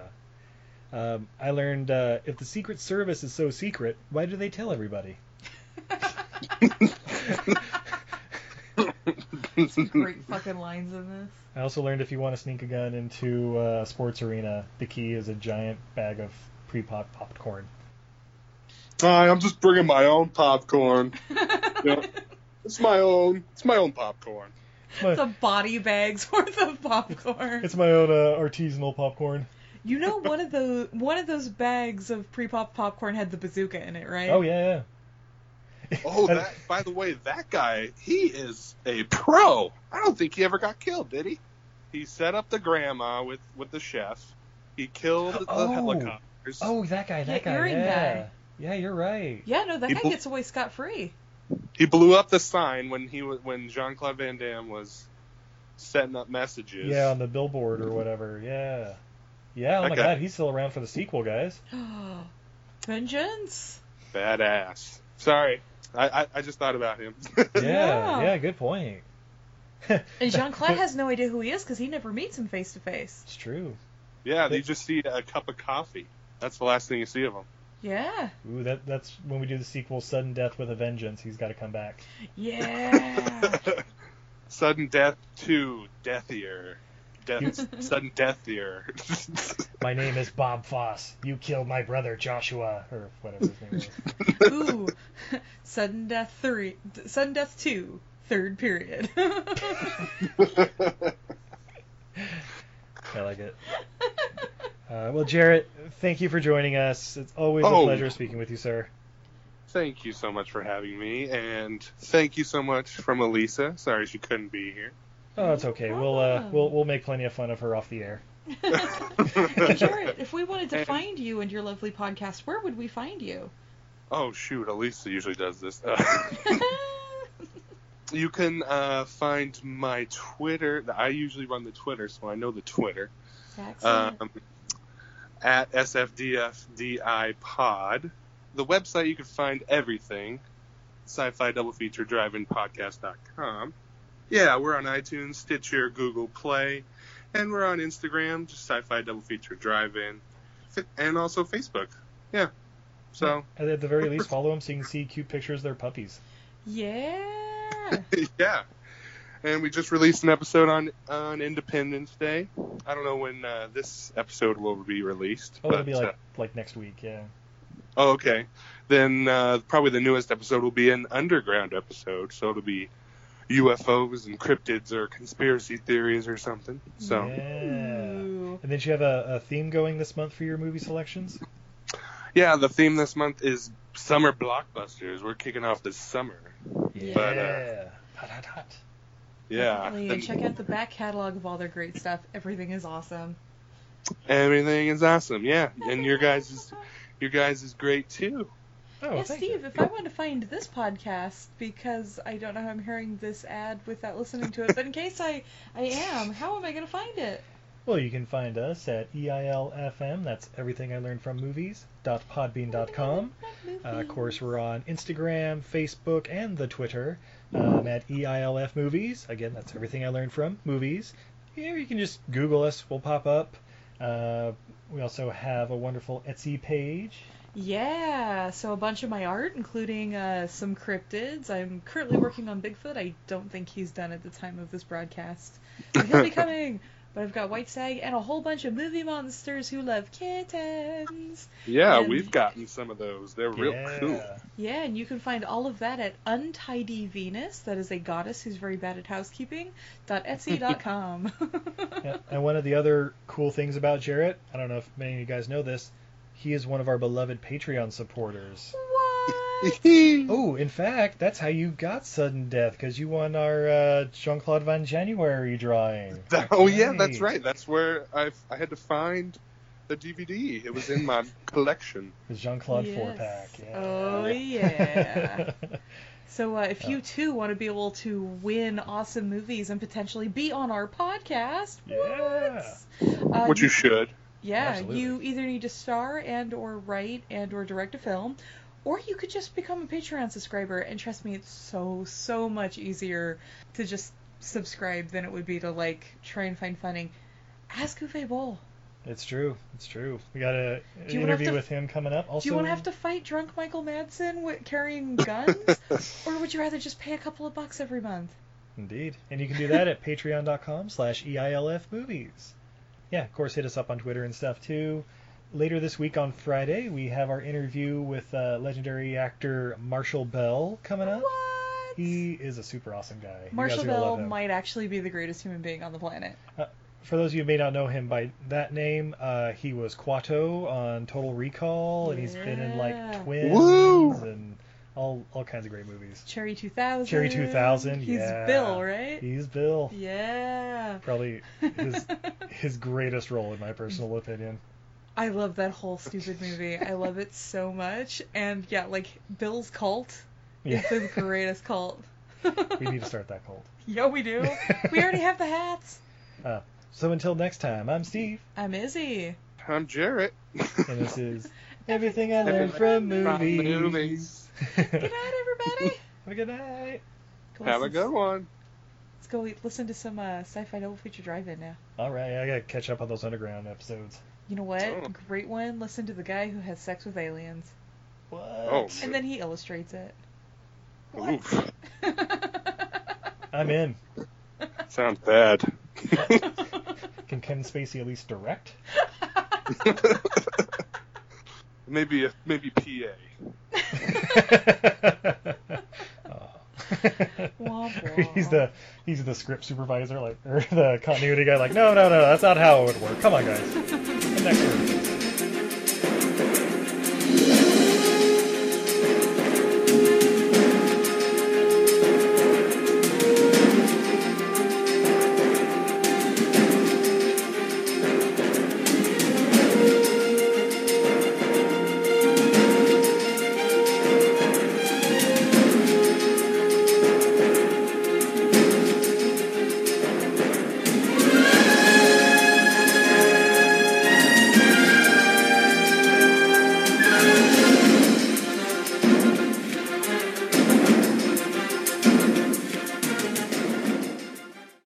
Um, I learned uh, if the Secret Service is so secret, why do they tell everybody?
Some great fucking lines in this.
I also learned if you want to sneak a gun into a sports arena, the key is a giant bag of pre-pop popcorn.
Hi, I'm just bringing my own popcorn. Yep. It's my own. It's my own popcorn.
It's a body bag's worth of popcorn.
It's my own uh, artisanal popcorn.
You know, one of those one of those bags of pre-pop popcorn had the bazooka in it, right?
Oh yeah,
Oh, that, by the way, that guy, he is a pro. I don't think he ever got killed, did he? He set up the grandma with with the chef. He killed the
Oh.
helicopters.
Oh, that guy, that
Yeah,
guy,
earring
yeah,
guy.
yeah, you're right.
Yeah, no, that
He
guy
blew-
gets away scot free.
He blew up the sign when he was when Jean Claude Van Damme was setting up messages.
Yeah, on the billboard or whatever. Yeah, yeah. Oh my
Okay.
god, he's still around for the sequel, guys.
Vengeance.
Badass. Sorry, I I, I just thought about him.
Yeah,
Yeah.
yeah. Good point.
And Jean Claude has no idea who he is because he never meets him face to face.
It's true.
yeah, you just see a cup of coffee. That's the last thing you see of him.
Yeah.
Ooh, that that's when we do the sequel, Sudden Death with a Vengeance. He's got to come back.
Yeah.
Sudden Death 2, Deathier. Death,
You-
sudden Deathier.
my name is Bob Foss. You killed my brother Joshua, or whatever his name was.
Ooh. Sudden Death 3. D- Sudden Death 2. Third period.
I like it. Uh, well, Jarrett, thank you for joining us. It's always
Oh.
a pleasure speaking with you, sir.
thank you so much for having me, and thank you so much from Elisa. Sorry she couldn't be here.
Oh, it's okay. We'll uh, we'll we'll make plenty of fun of her off the air.
Jared, if we wanted to find you and your lovely podcast, where would we find you?
Oh shoot, Elisa usually does this. Uh, you can uh, find my Twitter. I usually run the Twitter, so I know the Twitter.
Mm-hmm.
Um, at SFDFDI Pod. The website you can find everything. Sci-fi double feature drive-in podcast.com. Yeah, we're on iTunes, Stitcher, Google Play, and we're on Instagram, just sci-fi double feature drive-in, F- and also Facebook. Yeah. So
At at the very least, follow them so you can see cute pictures of their puppies.
Yeah.
yeah. And we just released an episode on on Independence Day. I don't know when uh, this episode will be released.
Oh, it'll
but,
be
uh,
like like next week, yeah.
oh, okay. Then uh, probably the newest episode will be an underground episode, so it'll be UFOs and cryptids or conspiracy theories or something. So
Yeah. And then you have a, a theme going this month for your movie selections.
yeah, the theme this month is summer blockbusters. We're kicking off this summer. But uh,
Yeah.
yeah,
Definitely,
then
and check out the back catalog of all their great stuff. Everything is awesome.
everything is awesome. Yeah, and your guys is your guys is great too.
Oh,
yeah, Steve, if I want to find this podcast, because I don't know how I'm hearing this ad without listening to it, but in case I, I am, how am I going to find it?
Well, you can find us at E EILFM. That's everything I learned from movies. dot podbean dot com. Uh, of course, we're on Instagram, Facebook, and the Twitter um, at EILF Movies. Again, that's everything I learned from movies. Here, you can just Google us, we'll pop up. Uh, we also have a wonderful Etsy page.
Yeah, so a bunch of my art, including uh, some cryptids. I'm currently working on Bigfoot. I don't think he's done at the time of this broadcast. But he'll be coming. But I've got White Sag and a whole bunch of movie monsters who love kittens.
Yeah,
And-
we've gotten some of those. They're real cool.
Yeah, and you can find all of that at Untidy Venus, that is a goddess who's very bad at housekeeping, dot Etsy dot com.
And one of the other cool things about Jarrett, I don't know if many of you guys know this, he is one of our beloved Patreon supporters.
What?
oh, in fact, that's how you got sudden death because you won our uh, Jean Claude Van January drawing.
Oh yeah, that's right. That's where I I had to find the DVD. It was in my collection.
Jean Claude four
Yes.
pack.
Oh yeah. so uh, if you too want to be able to win awesome movies and potentially be on our podcast,
yeah.
Uh,
Which you should.
Yeah,
Absolutely.
you either need to star and or write and or direct a film, or you could just become a Patreon subscriber. And trust me, it's so so much easier to just subscribe than it would be to like try and find funding. Ask Uwe Boll.
It's true. It's true. We got a, an
Do you wanna have
interview
to-
with him coming up. Also,
Do you want to have to fight drunk Michael Madsen with carrying guns, or would you rather just pay a couple of bucks every month?
Indeed. And you can do that at patreon.com slash E EILF movies. Yeah, of course, hit us up on Twitter and stuff too. Later this week on Friday, we have our interview with uh, legendary actor Marshall Bell coming up. He is a super awesome guy. You guys
Marshall
are gonna
Bell
love him.
might actually be the greatest human being on the planet.
For those of you who may not know him by that name, uh, he was Quato on Total Recall, and he's been
Yeah.
in like Twins
Woo!
and all all kinds of great movies.
Cherry 2000.
Cherry 2000.
He's
yeah.
Bill, right?
He's Bill.
Yeah.
Probably his his greatest role in my personal opinion.
I love that whole stupid movie. I love it so much. And yeah, like Bill's cult
Yeah.
is the greatest cult.
We need to start that cold.
Yeah, we do. We already have the hats.
Uh, so until next time, I'm Steve,
I'm Izzy.
I'm Jarrett.
and this is everything I learned from movies.
Good night, everybody.
Have a good night.
Go
Have a
listen-
good one.
Let's go listen to some uh, sci-fi double feature drive-in now.
All right, I gotta catch up on those underground episodes.
You know what?
Oh.
Great one. Listen to the guy who has sex with aliens. What?
Oh.
And then he illustrates it.
Oof.
I'm in.
Sounds bad.
Can Ken Spacey at least direct?
Maybe a, maybe PA.
he's the he's the script Uh, supervisor, like or the continuity guy, like no, no, no, that's not how it would work. Come on, guys. Next word.